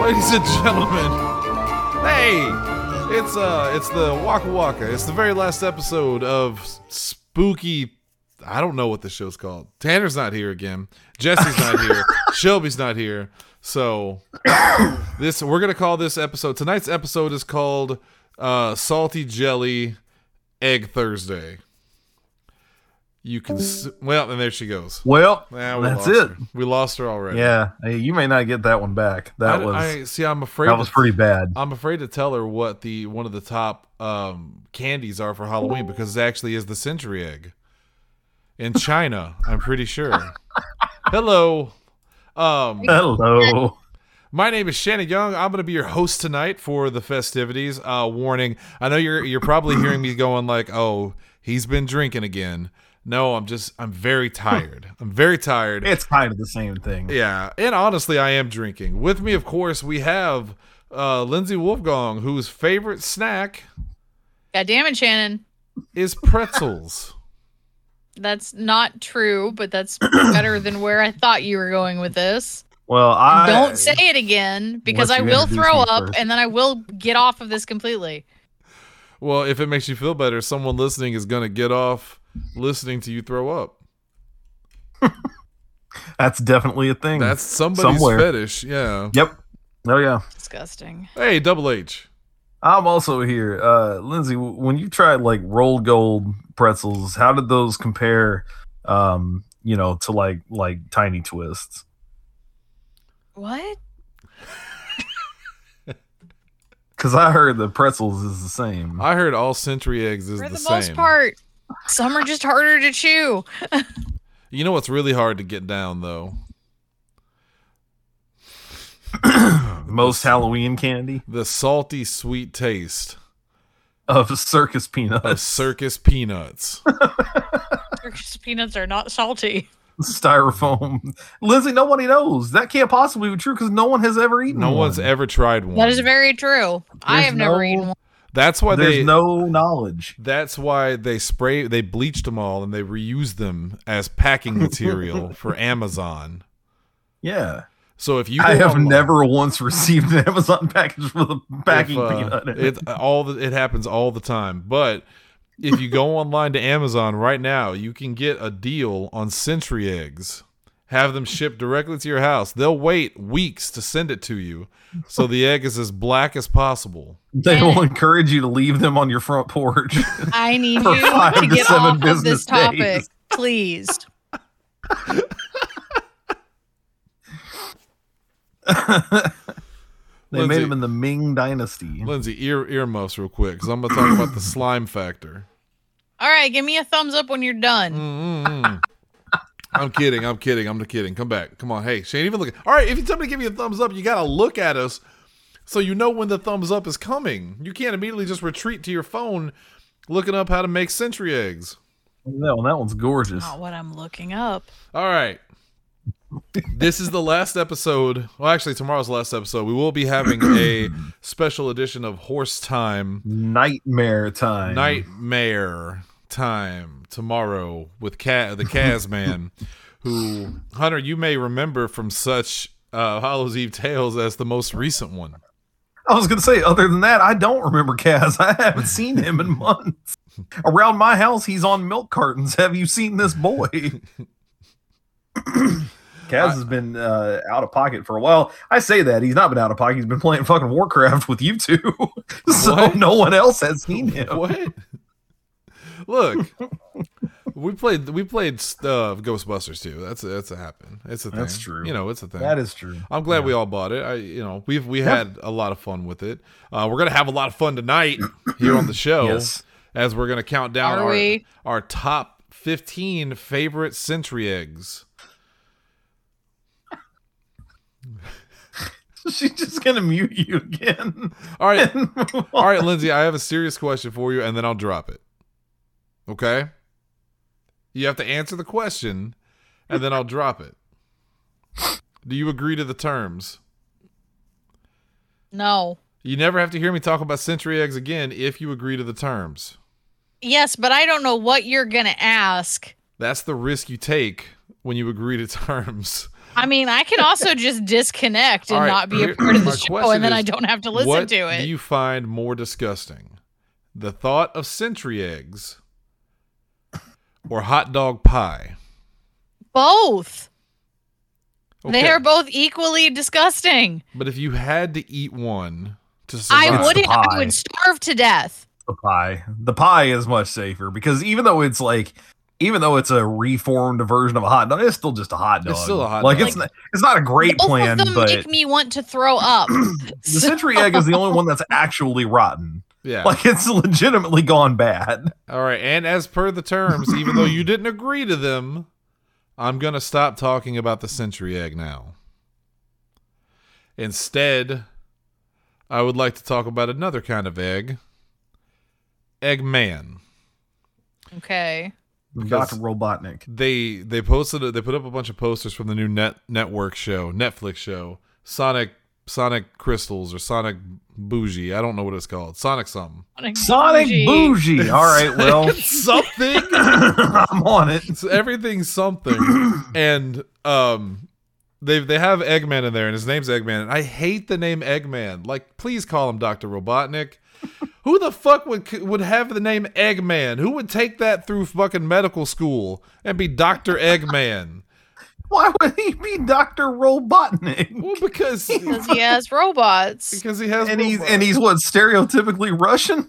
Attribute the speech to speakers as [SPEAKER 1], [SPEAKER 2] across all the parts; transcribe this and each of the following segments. [SPEAKER 1] ladies and gentlemen. Hey, it's uh, it's the Waka Waka. It's the very last episode of spooky. I don't know what the show's called. Tanner's not here again. Jesse's not here. Shelby's not here. So this we're gonna call this episode tonight's episode is called uh, Salty Jelly Egg Thursday. You can s- well, and there she goes.
[SPEAKER 2] Well,
[SPEAKER 1] Yeah, we
[SPEAKER 2] that's
[SPEAKER 1] lost
[SPEAKER 2] it.
[SPEAKER 1] her. We lost her already.
[SPEAKER 2] Yeah, hey, you may not get that one back. That
[SPEAKER 1] I,
[SPEAKER 2] was
[SPEAKER 1] I- see. I'm afraid.
[SPEAKER 2] that was
[SPEAKER 1] to-
[SPEAKER 2] pretty bad.
[SPEAKER 1] I'm afraid to tell her what the one of the top um, candies are for Halloween because it actually is the century egg in China. I'm pretty sure. Hello. Um,
[SPEAKER 2] Hello.
[SPEAKER 1] my name is Shannon Young. I'm going to be your host tonight for the festivities. Uh, warning: I know you're you're probably hearing me going like, "Oh, he's been drinking again." No, I'm just I'm very tired. I'm very tired.
[SPEAKER 2] It's kind of the same thing.
[SPEAKER 1] Yeah, and honestly, I am drinking. With me, of course, we have uh, Lindsay Wolfgong, whose favorite snack
[SPEAKER 3] God damn it, Shannon.
[SPEAKER 1] is pretzels.
[SPEAKER 3] That's not true, but that's better than where I thought you were going with this.
[SPEAKER 2] Well, I
[SPEAKER 3] Don't say it again because
[SPEAKER 2] Unless
[SPEAKER 3] I
[SPEAKER 2] you
[SPEAKER 3] will
[SPEAKER 2] introduce
[SPEAKER 3] throw
[SPEAKER 2] me
[SPEAKER 3] up
[SPEAKER 2] first.
[SPEAKER 3] and then I will get off of this completely.
[SPEAKER 1] well, if it makes you feel better, someone listening is gonna get off listening to you throw up.
[SPEAKER 2] that's definitely a thing.
[SPEAKER 1] That's somebody's
[SPEAKER 2] Somewhere.
[SPEAKER 1] fetish. Yeah.
[SPEAKER 2] yep. Oh yeah.
[SPEAKER 3] Disgusting.
[SPEAKER 1] Hey, Double H.
[SPEAKER 2] I'm also here. Uh Lindsay, w- when you tried like rolled gold pretzels, how did those compare um, you know, to like like tiny twists?
[SPEAKER 3] What?
[SPEAKER 2] Cuz I heard the pretzels is the same.
[SPEAKER 1] I heard all century eggs is
[SPEAKER 3] For
[SPEAKER 1] the
[SPEAKER 3] the,
[SPEAKER 1] same.
[SPEAKER 3] most part, some are just harder to chew.
[SPEAKER 1] You know what's really hard to get down though?
[SPEAKER 2] Most Halloween candy
[SPEAKER 1] The salty, sweet taste
[SPEAKER 2] of circus
[SPEAKER 1] of
[SPEAKER 2] peanuts,
[SPEAKER 1] circus peanuts.
[SPEAKER 3] Turkish peanuts are not salty.
[SPEAKER 2] styrofoam. Lindsay, nobody knows. That can't possibly be true cuz no one has ever eaten
[SPEAKER 1] No
[SPEAKER 2] one.
[SPEAKER 1] one's ever tried one.
[SPEAKER 3] That is very true. I
[SPEAKER 2] There's
[SPEAKER 3] have never
[SPEAKER 2] no-
[SPEAKER 3] eaten one.
[SPEAKER 1] That's why
[SPEAKER 2] There's
[SPEAKER 1] they
[SPEAKER 2] no knowledge.
[SPEAKER 1] That's why they spray they bleached them all and they reused them as packing material for Amazon.
[SPEAKER 2] Yeah.
[SPEAKER 1] So if you
[SPEAKER 2] I
[SPEAKER 1] go
[SPEAKER 2] have
[SPEAKER 1] online-
[SPEAKER 2] never once received an Amazon package with a packing
[SPEAKER 1] if, uh,
[SPEAKER 2] peanut. in it.
[SPEAKER 1] It all the, it happens all the time. But if you go online to Amazon right now, you can get a deal on century eggs. Have them shipped directly to your house. They'll wait weeks to send it to you, so the egg is as black as possible.
[SPEAKER 2] They will encourage you to leave them on your front porch.
[SPEAKER 3] I need
[SPEAKER 2] For
[SPEAKER 3] you
[SPEAKER 2] five
[SPEAKER 3] to
[SPEAKER 2] to
[SPEAKER 3] get
[SPEAKER 2] seven
[SPEAKER 3] off of
[SPEAKER 2] business
[SPEAKER 3] this topic,
[SPEAKER 2] days.
[SPEAKER 3] please.
[SPEAKER 2] they
[SPEAKER 1] Lindsay.
[SPEAKER 2] made them in the Ming Dynasty.
[SPEAKER 1] Lindsay, ear earmuffs real quick, because I'm gonna talk about the slime factor.
[SPEAKER 3] All right, give me a thumbs up when you're done.
[SPEAKER 1] Mm-mm-mm. Mm-hmm. I'm kidding. I'm kidding. I'm kidding. Come back. Come on. Hey, Shane, even look. All right. If you tell me to give you a thumbs up, you got to look at us so you know when the thumbs up is coming. You can't immediately just retreat to your phone looking up how to make century eggs.
[SPEAKER 2] That one, that one's gorgeous.
[SPEAKER 3] Not what I'm looking up.
[SPEAKER 1] All right. this is the last episode. Well, actually, tomorrow's the last episode. We will be having a special edition of Horse Time
[SPEAKER 2] Nightmare time.
[SPEAKER 1] Nightmare time tomorrow with Cat the Kaz man, who Hunter you may remember from such uh, Hollow's Eve tales as the most recent one.
[SPEAKER 2] I was gonna say. Other than that, I don't remember Kaz. I haven't seen him in months. Around my house, he's on milk cartons. Have you seen this boy? Kaz has been uh, out of pocket for a while. I say that he's not been out of pocket. He's been playing fucking Warcraft with you two, so
[SPEAKER 1] What?
[SPEAKER 2] no one else has seen him.
[SPEAKER 1] What? Look, we played we played uh, Ghostbusters too. That's a, that's a happen. It's a thing.
[SPEAKER 2] That's true.
[SPEAKER 1] You know, it's a thing.
[SPEAKER 2] That is true.
[SPEAKER 1] I'm glad we all bought it. I, you know, we've we had a lot of fun with it. Uh, we're gonna have a lot of fun tonight here on the show
[SPEAKER 2] Yes.
[SPEAKER 1] as we're gonna count down
[SPEAKER 3] Are
[SPEAKER 1] our,
[SPEAKER 3] we?
[SPEAKER 1] our top 15 favorite century eggs.
[SPEAKER 2] She's just gonna mute you again.
[SPEAKER 1] All right,
[SPEAKER 2] All
[SPEAKER 1] all right, Lindsay. I have a serious question for you, and then I'll drop it. Okay. You have to answer the question, and then I'll drop it. Do you agree to the terms?
[SPEAKER 3] No.
[SPEAKER 1] You never have to hear me talk about century eggs again if you agree to the terms.
[SPEAKER 3] Yes, but I don't know what you're gonna ask.
[SPEAKER 1] That's the risk you take when you agree to terms.
[SPEAKER 3] I mean, I can also just disconnect and
[SPEAKER 1] All right,
[SPEAKER 3] not be
[SPEAKER 1] here-
[SPEAKER 3] a part of
[SPEAKER 1] my
[SPEAKER 3] the show,
[SPEAKER 1] question
[SPEAKER 3] and then
[SPEAKER 1] is,
[SPEAKER 3] I don't have to listen
[SPEAKER 1] what
[SPEAKER 3] to it.
[SPEAKER 1] do you find more disgusting? The thought of sentry eggs or hot dog pie?
[SPEAKER 3] both. They
[SPEAKER 1] Okay,
[SPEAKER 3] are both equally disgusting.
[SPEAKER 1] But if you had to eat one to survive,
[SPEAKER 3] I
[SPEAKER 2] It's
[SPEAKER 3] wouldn't. I
[SPEAKER 2] pie.
[SPEAKER 3] would starve to death.
[SPEAKER 2] the pie. The pie is much safer because even though it's like, even though it's a reformed version of a hot dog, it's still just a hot dog.
[SPEAKER 1] It's still a hot
[SPEAKER 2] like,
[SPEAKER 1] dog.
[SPEAKER 2] It's not, it's not a great
[SPEAKER 3] both
[SPEAKER 2] plan,
[SPEAKER 3] of them
[SPEAKER 2] but
[SPEAKER 3] make me want to throw up.
[SPEAKER 2] the century egg is the only one that's actually rotten.
[SPEAKER 1] Yeah.
[SPEAKER 2] Like it's legitimately gone bad.
[SPEAKER 1] All right. And as per the terms, even though you didn't agree to them, I'm going to stop talking about the century egg now. Instead, I would like to talk about another kind of egg Eggman.
[SPEAKER 3] okay.
[SPEAKER 1] Because-
[SPEAKER 2] Doctor Robotnik.
[SPEAKER 1] they they posted a- they put up a bunch of posters from the new net network show netflix show sonic sonic crystals or sonic bougie i don't know what it's called sonic something
[SPEAKER 3] Sonic,
[SPEAKER 2] Sonic
[SPEAKER 3] Bougie.
[SPEAKER 2] Bougie. All right, well,
[SPEAKER 1] something
[SPEAKER 2] I'm on it.
[SPEAKER 1] it's everything something and um they they have eggman in there and his name's eggman and i hate the name eggman like please call him dr robotnik who the fuck would would have the name eggman who would take that through fucking medical school and be dr eggman
[SPEAKER 2] Why would he be Doctor Robotnik?
[SPEAKER 1] well because
[SPEAKER 3] Because he has robots.
[SPEAKER 1] Because he has
[SPEAKER 2] And he's
[SPEAKER 1] robots.
[SPEAKER 2] and he's what stereotypically Russian?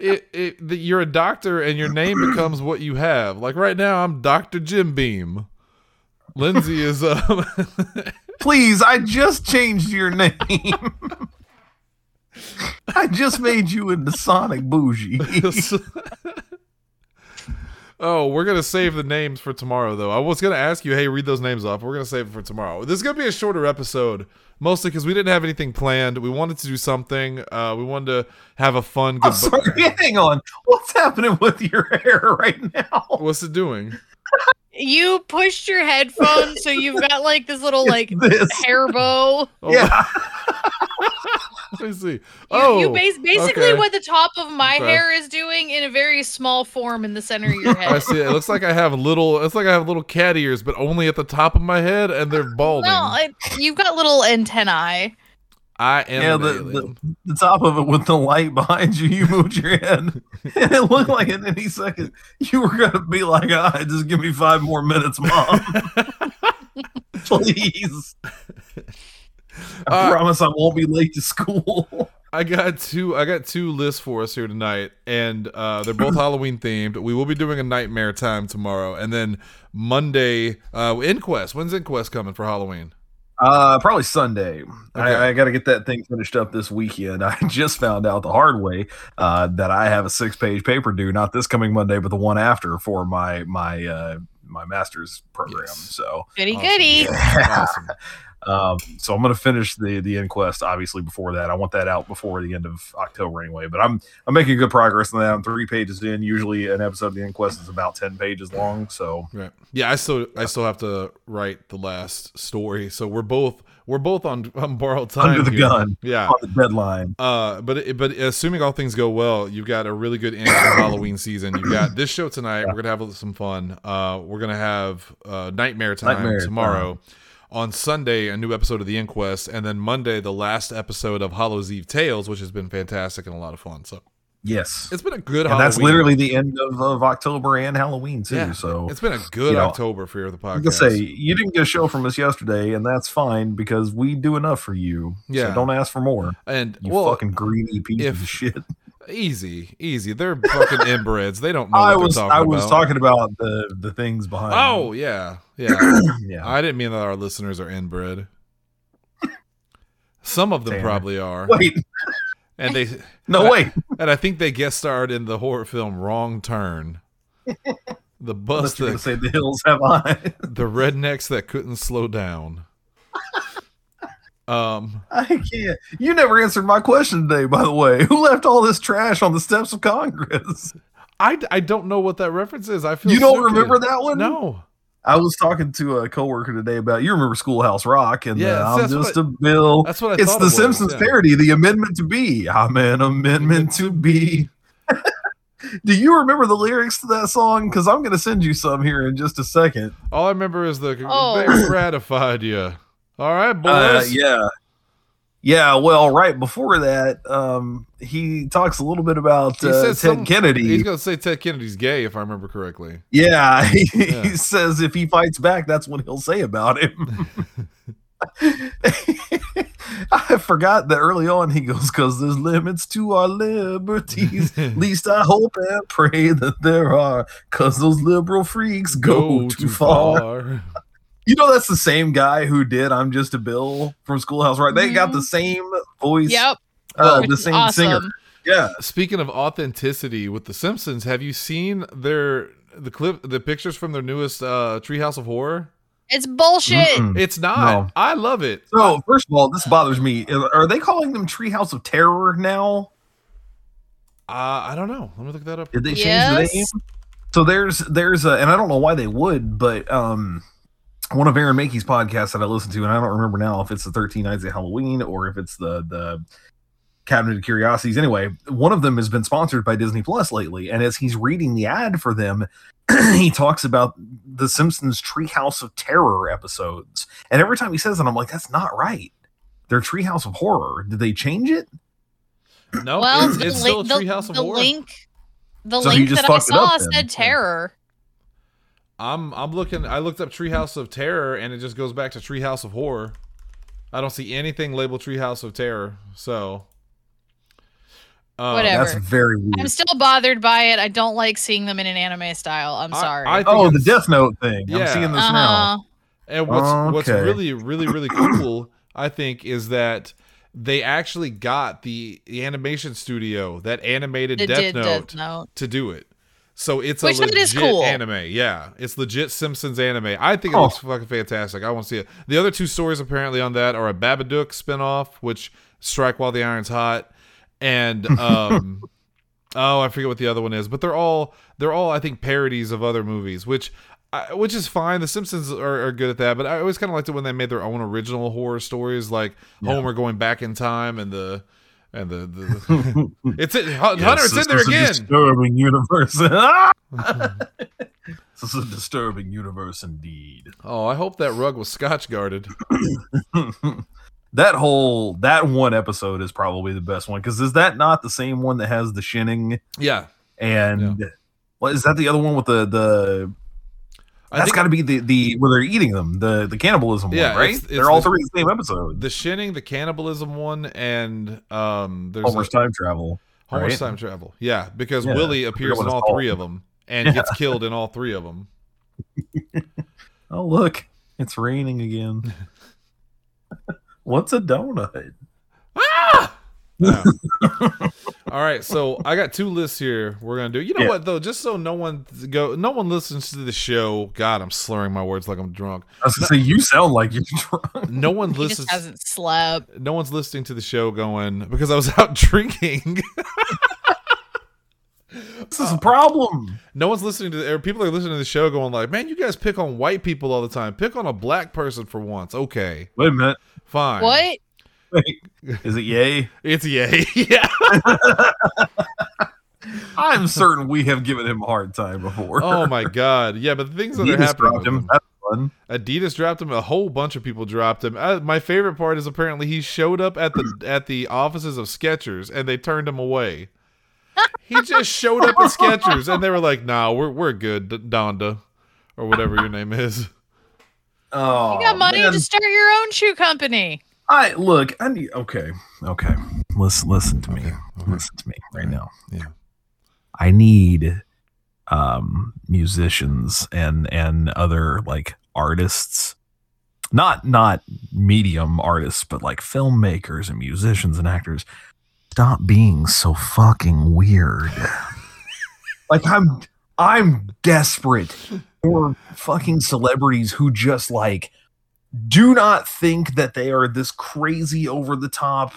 [SPEAKER 1] it, it, the, you're a doctor and your name becomes what you have. Like right now, I'm Doctor Jim Beam. Lindsay is um,
[SPEAKER 2] Please, I just changed your name. I just made you into Sonic Bougie.
[SPEAKER 1] oh, we're gonna save the names for tomorrow, though. I was gonna ask you, hey, read those names off. We're gonna save it for tomorrow. This is gonna be a shorter episode, mostly because we didn't have anything planned. We wanted to do something. Uh, we wanted to have a fun
[SPEAKER 2] I'm
[SPEAKER 1] goodbye.
[SPEAKER 2] sorry, hang on. What's happening with your hair right now?
[SPEAKER 1] What's it doing?
[SPEAKER 3] You pushed your headphones, so you've got like this little like
[SPEAKER 2] this.
[SPEAKER 3] hair bow.
[SPEAKER 1] Oh,
[SPEAKER 2] yeah.
[SPEAKER 1] let me see.
[SPEAKER 3] You,
[SPEAKER 1] oh,
[SPEAKER 3] you bas- basically
[SPEAKER 1] okay.
[SPEAKER 3] what the top of my
[SPEAKER 1] Okay.
[SPEAKER 3] hair is doing in a very small form in the center of your
[SPEAKER 1] I
[SPEAKER 3] head.
[SPEAKER 1] see. It. it looks like I have little. It's like I have little cat ears, but only at the top of my head, and they're balding.
[SPEAKER 3] well, it, you've got little antennae.
[SPEAKER 1] I am.
[SPEAKER 2] Yeah,
[SPEAKER 1] an
[SPEAKER 2] the,
[SPEAKER 1] alien.
[SPEAKER 2] the, the top of it with the light behind you, you moved your head. And it looked like in any second you were going to be like, all right, just give me five more minutes, mom. Please. I
[SPEAKER 1] Uh,
[SPEAKER 2] promise I won't be late to school.
[SPEAKER 1] I got two. I got two lists for us here tonight, and uh, they're both Halloween themed. We will be doing a Nightmare Time tomorrow, and then Monday, uh, Inquest. When's Inquest coming for Halloween?
[SPEAKER 2] Uh, probably Sunday.
[SPEAKER 1] Okay.
[SPEAKER 2] I, I got to get that thing finished up this weekend. I just found out the hard way uh, that I have a six-page paper due, not this coming Monday, but the one after for my my uh, my master's program.
[SPEAKER 1] Yes.
[SPEAKER 2] So,
[SPEAKER 3] Goody
[SPEAKER 1] Awesome.
[SPEAKER 3] goody.
[SPEAKER 1] Awesome.
[SPEAKER 2] um, so I'm going to finish the the inquest obviously before that. I want that out before the end of October anyway. But I'm I'm making good progress on that. I'm three pages in. Usually, an episode of the inquest is about ten pages long. So,
[SPEAKER 1] Right. Yeah, I still I still have to write the last story, so we're both we're both on on borrowed time.
[SPEAKER 2] under the
[SPEAKER 1] here.
[SPEAKER 2] gun
[SPEAKER 1] Yeah.
[SPEAKER 2] on the deadline.
[SPEAKER 1] Uh, but but assuming all things go well, you've got a really good end to Halloween season. You've got this show tonight. We're gonna have some fun. Uh, we're gonna have uh, Nightmare Time
[SPEAKER 2] Nightmare
[SPEAKER 1] tomorrow. On Sunday, a new episode of The Inquest, and then Monday, the last episode of Hallows Eve Tales, which has been fantastic and a lot of fun. So
[SPEAKER 2] Yes.
[SPEAKER 1] it's been a good.
[SPEAKER 2] and
[SPEAKER 1] Halloween.
[SPEAKER 2] that's literally the end of, of October and Halloween too.
[SPEAKER 1] Yeah.
[SPEAKER 2] So
[SPEAKER 1] it's been a good
[SPEAKER 2] you know,
[SPEAKER 1] October for the
[SPEAKER 2] I
[SPEAKER 1] podcast.
[SPEAKER 2] can say you didn't get a show from us yesterday, and that's fine because we do enough for you.
[SPEAKER 1] Yeah.
[SPEAKER 2] so don't ask for more.
[SPEAKER 1] and
[SPEAKER 2] You
[SPEAKER 1] well,
[SPEAKER 2] fucking greedy piece
[SPEAKER 1] if-
[SPEAKER 2] of shit.
[SPEAKER 1] easy, easy. They're fucking inbreds. They don't know. What
[SPEAKER 2] I
[SPEAKER 1] they're
[SPEAKER 2] was
[SPEAKER 1] talking
[SPEAKER 2] I was
[SPEAKER 1] about.
[SPEAKER 2] talking about the the things behind.
[SPEAKER 1] Oh yeah, yeah.
[SPEAKER 2] yeah.
[SPEAKER 1] I didn't mean that our listeners are inbred. Some of them
[SPEAKER 2] Tanner.
[SPEAKER 1] probably are,
[SPEAKER 2] Wait,
[SPEAKER 1] and they
[SPEAKER 2] no wait.
[SPEAKER 1] and I think they guest starred in the horror film Wrong Turn. The bus
[SPEAKER 2] Unless you're gonna
[SPEAKER 1] that
[SPEAKER 2] say the hills have eyes.
[SPEAKER 1] the rednecks that couldn't slow down. Um,
[SPEAKER 2] I can't. You never answered my question today, by the way. Who left all this trash on the steps of Congress?
[SPEAKER 1] I, I don't know what that reference is. I feel
[SPEAKER 2] You don't
[SPEAKER 1] stupid.
[SPEAKER 2] remember that one?
[SPEAKER 1] No,
[SPEAKER 2] I was talking to a coworker today about you remember Schoolhouse Rock and
[SPEAKER 1] Yes,
[SPEAKER 2] uh, I'm
[SPEAKER 1] that's
[SPEAKER 2] just a bill.
[SPEAKER 1] that's what I.
[SPEAKER 2] It's
[SPEAKER 1] thought
[SPEAKER 2] the
[SPEAKER 1] it was,
[SPEAKER 2] Simpsons
[SPEAKER 1] yeah.
[SPEAKER 2] Ah, parody, the amendment to be. I'm an amendment to be. Do you remember the lyrics to that song? Because I'm going to send you some here in just a second.
[SPEAKER 1] All I remember is the
[SPEAKER 3] Oh.
[SPEAKER 1] they ratified you. All right, boys.
[SPEAKER 2] Uh, yeah. Yeah, well, right before that, um, he talks a little bit about
[SPEAKER 1] He
[SPEAKER 2] uh, Ted
[SPEAKER 1] says some-
[SPEAKER 2] Kennedy.
[SPEAKER 1] He's gonna say Ted Kennedy's gay, if I remember correctly.
[SPEAKER 2] yeah, he,
[SPEAKER 1] Yeah.
[SPEAKER 2] he says if he fights back, that's what he'll say about him. I forgot that early on he goes, because there's limits to our liberties. Least I hope and pray that there are, because those liberal freaks go, too, far. You know, that's the same guy who did I'm Just a Bill from Schoolhouse, right? They got
[SPEAKER 3] Mhm.
[SPEAKER 2] the same voice,
[SPEAKER 3] Yep. Oh,
[SPEAKER 1] Oh,
[SPEAKER 2] uh,
[SPEAKER 3] which
[SPEAKER 2] the
[SPEAKER 3] is
[SPEAKER 2] same singer. Yeah.
[SPEAKER 1] Speaking of authenticity with The Simpsons, have you seen their the clip the pictures from their newest uh Treehouse of Horror?
[SPEAKER 3] It's bullshit.
[SPEAKER 2] Mm-mm.
[SPEAKER 1] It's not.
[SPEAKER 2] Mm, No.
[SPEAKER 1] I love it.
[SPEAKER 2] So, first of all, this bothers me. Are they calling them Treehouse of Terror now?
[SPEAKER 1] Uh, I don't know. Let me look that up.
[SPEAKER 2] Did they change the
[SPEAKER 3] Yes.
[SPEAKER 2] name? So there's there's a, and I don't know why they would, but um, one of Aaron Mackey's podcasts that I listened to, and I don't remember now if it's the 13 Nights of Halloween or if it's the the Cabinet of Curiosities. Anyway, one of them has been sponsored by Disney Plus lately, and as he's reading the ad for them, he talks about the Simpsons Treehouse of Terror episodes, and every time he says it, I'm like, that's not right. They're Treehouse of Horror. Did they change it?
[SPEAKER 1] No,
[SPEAKER 3] well,
[SPEAKER 1] it's,
[SPEAKER 3] the,
[SPEAKER 1] it's
[SPEAKER 3] li-
[SPEAKER 1] still
[SPEAKER 3] the-
[SPEAKER 1] Treehouse of
[SPEAKER 3] the
[SPEAKER 1] Horror.
[SPEAKER 3] link, the
[SPEAKER 2] So he
[SPEAKER 3] link
[SPEAKER 2] just
[SPEAKER 3] that I
[SPEAKER 2] fucked it up
[SPEAKER 3] saw
[SPEAKER 2] then.
[SPEAKER 3] said terror.
[SPEAKER 1] I'm I'm looking. I looked up Treehouse of Terror, and it just goes back to Treehouse of Horror. I don't see anything labeled Treehouse of Terror. So, uh,
[SPEAKER 3] Whatever.
[SPEAKER 2] That's very weird.
[SPEAKER 3] I'm still bothered by it. I don't like seeing them in an anime style. I'm
[SPEAKER 1] I-
[SPEAKER 3] sorry.
[SPEAKER 1] I think
[SPEAKER 2] oh, the
[SPEAKER 1] it's-
[SPEAKER 2] Death Note thing. I'm
[SPEAKER 1] Yeah.
[SPEAKER 2] seeing this now.
[SPEAKER 3] uh-huh.
[SPEAKER 1] And what's what's
[SPEAKER 2] Okay.
[SPEAKER 1] really really really cool, I think, is that they actually got the, the animation studio that animated
[SPEAKER 3] It
[SPEAKER 1] Death
[SPEAKER 3] did
[SPEAKER 1] Note,
[SPEAKER 3] Death Note.
[SPEAKER 1] to do it. So it's
[SPEAKER 3] Which
[SPEAKER 1] a
[SPEAKER 3] that
[SPEAKER 1] legit
[SPEAKER 3] is cool.
[SPEAKER 1] anime. Yeah, it's legit Simpsons anime. I think it
[SPEAKER 2] Oh.
[SPEAKER 1] looks fucking fantastic. I want to see it. The other two stories apparently on that are a Babadook spinoff, which Strike While the Iron's Hot, and um, oh, I forget what the other one is, but they're all they're all I think parodies of other movies, which. I, which is fine. The Simpsons are, are good at that, but I always kind of liked it when they made their own original horror stories, like
[SPEAKER 2] Yeah.
[SPEAKER 1] Homer going back in time and the and the, the it's it, Hunter.
[SPEAKER 2] Yes,
[SPEAKER 1] it's in there
[SPEAKER 2] this is a
[SPEAKER 1] again.
[SPEAKER 2] disturbing universe. Ah! this is a disturbing universe indeed.
[SPEAKER 1] Oh, I hope that rug was scotch guarded.
[SPEAKER 2] that whole that one episode is probably the best one because is that not the same one that has the shinning
[SPEAKER 1] Yeah.
[SPEAKER 2] and what is that the other one with the the
[SPEAKER 1] I
[SPEAKER 2] that's
[SPEAKER 1] think
[SPEAKER 2] got to be the the where they're eating them the the cannibalism
[SPEAKER 1] Yeah,
[SPEAKER 2] one right
[SPEAKER 1] it's- it's
[SPEAKER 2] they're all
[SPEAKER 1] the-
[SPEAKER 2] three the same episode
[SPEAKER 1] the shinning, the cannibalism one, and um, there's
[SPEAKER 2] Homer's
[SPEAKER 1] a,
[SPEAKER 2] Oh, time travel
[SPEAKER 1] Homer's
[SPEAKER 2] right?
[SPEAKER 1] time travel. Yeah, because
[SPEAKER 2] Yeah,
[SPEAKER 1] Willie
[SPEAKER 2] I forget
[SPEAKER 1] appears
[SPEAKER 2] what
[SPEAKER 1] in
[SPEAKER 2] it's
[SPEAKER 1] all
[SPEAKER 2] called.
[SPEAKER 1] three of them and gets killed in all three of them.
[SPEAKER 2] oh look it's raining again what's a donut
[SPEAKER 1] Ah! Yeah. all right, so I got two lists here. We're gonna do. You know
[SPEAKER 2] Yeah.
[SPEAKER 1] what though? Just so no one go, no one listens to the show. God, I'm slurring my words like I'm drunk.
[SPEAKER 2] I was gonna say you sound like you're drunk.
[SPEAKER 1] No one
[SPEAKER 3] He just
[SPEAKER 1] listens.
[SPEAKER 3] hasn't slept.
[SPEAKER 1] no one's listening to the show going because I was out drinking.
[SPEAKER 2] This
[SPEAKER 1] Uh,
[SPEAKER 2] is a problem.
[SPEAKER 1] No one's listening to the, or people are listening to the show going like, man, you guys pick on white people all the time. Pick on a black person for once. Okay,
[SPEAKER 2] Wait a minute.
[SPEAKER 1] fine.
[SPEAKER 3] What?
[SPEAKER 2] Is it yay?
[SPEAKER 1] It's yay. yeah.
[SPEAKER 2] I'm certain we have given him a hard time before.
[SPEAKER 1] Oh my god. Yeah, but the things that
[SPEAKER 2] He
[SPEAKER 1] are
[SPEAKER 2] just
[SPEAKER 1] happening. with
[SPEAKER 2] dropped him.
[SPEAKER 1] him.
[SPEAKER 2] That's fun.
[SPEAKER 1] Adidas dropped him. A whole bunch of people dropped him. Uh, my favorite part is apparently he showed up at the at the offices of Skechers and they turned him away. He just showed up at Skechers and they were like, "Nah, we're we're good, D- Donda, or whatever your name is."
[SPEAKER 2] Oh,
[SPEAKER 3] You got money
[SPEAKER 2] man.
[SPEAKER 3] to start your own shoe company.
[SPEAKER 2] I look. I need. Okay, okay. Listen, listen to me.
[SPEAKER 1] Okay, okay.
[SPEAKER 2] Listen to me right now.
[SPEAKER 1] Yeah.
[SPEAKER 2] I need um musicians and and other like artists not not medium artists but like filmmakers and musicians and actors stop being so fucking weird like i'm i'm desperate for fucking celebrities who just like do not think that they are this crazy over the top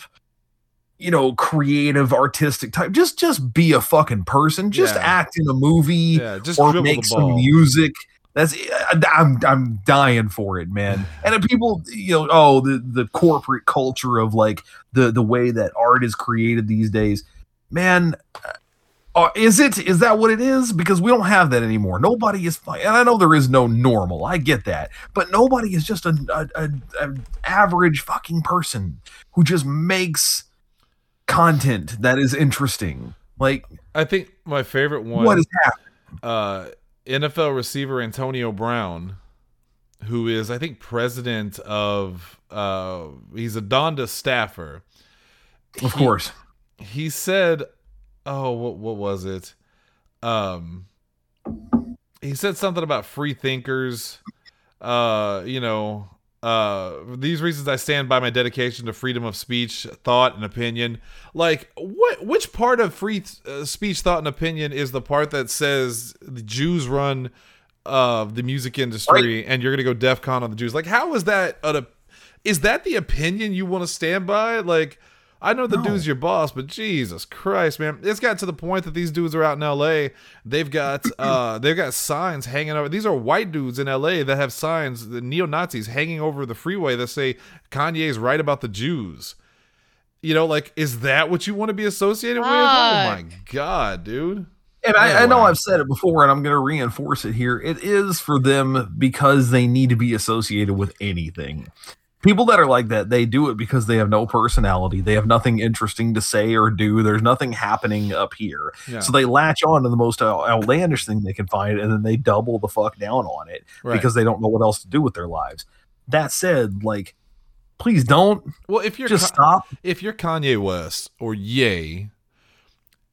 [SPEAKER 2] you know creative artistic type just just be a fucking person just
[SPEAKER 1] Yeah.
[SPEAKER 2] act in a movie
[SPEAKER 1] Yeah, just
[SPEAKER 2] or
[SPEAKER 1] dribble
[SPEAKER 2] make
[SPEAKER 1] the ball.
[SPEAKER 2] some music. That's I- I'm I'm dying for it, man. And if people, you know, oh the the corporate culture of like the the way that art is created these days, man. Uh, is it? Is that what it is? Because we don't have that anymore. Nobody is, fi- and I know there is no normal. I get that, but nobody is just a, a, a, a average fucking person who just makes content that is interesting. Like
[SPEAKER 1] I think my favorite one
[SPEAKER 2] what is happening?
[SPEAKER 1] uh, NFL receiver Antonio Brown, who is I think president of uh, he's a Donda staffer.
[SPEAKER 2] Of course,
[SPEAKER 1] He said, "Oh, what what was it?" Um, he said something about free thinkers. Uh, you know, uh, these reasons I stand by my dedication to freedom of speech, thought, and opinion. Like, what? Which part of free uh, speech, thought, and opinion is the part that says the Jews run uh, the music industry, and you're gonna go DefCon on the Jews? Like, how is that? An, op- is that the opinion you want to stand by? Like, I know the
[SPEAKER 2] No.
[SPEAKER 1] dude's your boss, but Jesus Christ, man, it's got to the point that these dudes are out in L.A. They've got uh, they've got signs hanging over. These are white dudes in L.A. that have signs, the neo Nazis hanging over the freeway that say Kanye's right about the Jews. You know, like, is that what you want to be associated with? Oh my god, dude.
[SPEAKER 2] and I, I know
[SPEAKER 1] Anyway.
[SPEAKER 2] I've said it before, and I'm going to reinforce it here. It is for them because they need to be associated with anything. People that are like that, they do it because they have no personality. They have nothing interesting to say or do. There's nothing happening up here.
[SPEAKER 1] Yeah,
[SPEAKER 2] So they latch on to the most out- outlandish thing they can find, and then they double the fuck down on it
[SPEAKER 1] right.
[SPEAKER 2] because they don't know what else to do with their lives. That said, like, please don't
[SPEAKER 1] well, if you're
[SPEAKER 2] just
[SPEAKER 1] Ka-
[SPEAKER 2] stop.
[SPEAKER 1] if you're Kanye West or Ye,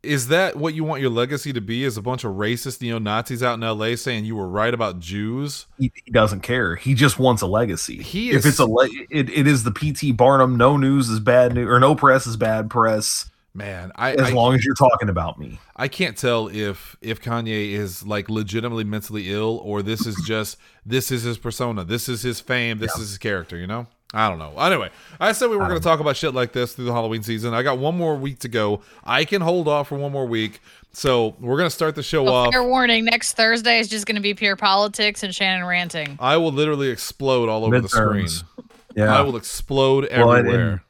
[SPEAKER 1] is that what you want your legacy to be? Is a bunch of racist neo Nazis out in L.A. saying you were right about Jews?
[SPEAKER 2] He, he doesn't care. He just wants a legacy.
[SPEAKER 1] He
[SPEAKER 2] if
[SPEAKER 1] is-
[SPEAKER 2] it's a, le- it, it is the PT Barnum. No news is bad news, or no press is bad press.
[SPEAKER 1] Man, I
[SPEAKER 2] As
[SPEAKER 1] I,
[SPEAKER 2] long as you're talking about me,
[SPEAKER 1] I can't tell if if Kanye is like legitimately mentally ill or this is just this is his persona, this is his fame, this is his character. You know, I don't know. Anyway, I said we were going to talk about shit like this through the Halloween season. I got one more week to go. I can hold off for one more week, so we're going to start the show
[SPEAKER 3] Well,
[SPEAKER 1] off.
[SPEAKER 3] fair warning, next Thursday is just going to be pure politics and Shannon ranting.
[SPEAKER 1] I will literally explode all over the
[SPEAKER 2] Midterms.
[SPEAKER 1] screen. I
[SPEAKER 2] yeah.
[SPEAKER 1] will explode
[SPEAKER 2] Well, and-
[SPEAKER 1] everywhere.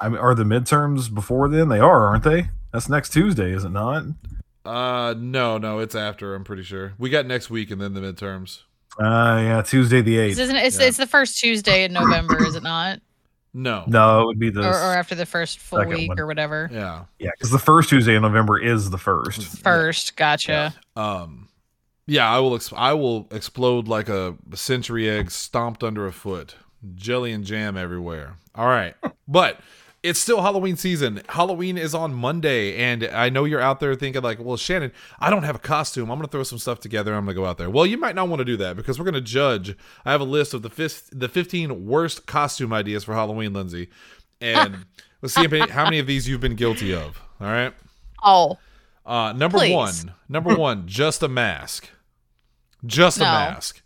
[SPEAKER 2] I mean, are the midterms before then? They are, aren't they? That's next Tuesday, is it not?
[SPEAKER 1] Uh, no, no, it's after. I'm pretty sure we got next week and then the midterms.
[SPEAKER 2] Uh, yeah, Tuesday the
[SPEAKER 3] This
[SPEAKER 2] eighth.
[SPEAKER 3] isn't, it's,
[SPEAKER 1] Yeah.
[SPEAKER 3] it's the first Tuesday in November, is it not?
[SPEAKER 1] No,
[SPEAKER 2] No, it would be the
[SPEAKER 3] Or, or after the first full
[SPEAKER 2] Second
[SPEAKER 3] week
[SPEAKER 2] one.
[SPEAKER 3] or whatever.
[SPEAKER 1] yeah.
[SPEAKER 2] Yeah, because the first Tuesday in November is the first.
[SPEAKER 3] First, gotcha.
[SPEAKER 1] Um, yeah, I will. Ex- I will explode like a century egg stomped under a foot. Jelly and jam everywhere. All right, but it's still Halloween season. Halloween is on Monday, and I know you're out there thinking like, "Well, Shannon, I don't have a costume. I'm gonna throw some stuff together. I'm gonna go out there." Well, you might not want to do that because we're gonna judge. I have a list of the fif- the 15 worst costume ideas for Halloween, Lindsay, and we'll see if any- how many of these you've been guilty of. All right.
[SPEAKER 3] Oh,
[SPEAKER 1] Uh, number
[SPEAKER 3] Please.
[SPEAKER 1] one, number one, just a mask, just a
[SPEAKER 3] No.
[SPEAKER 1] mask.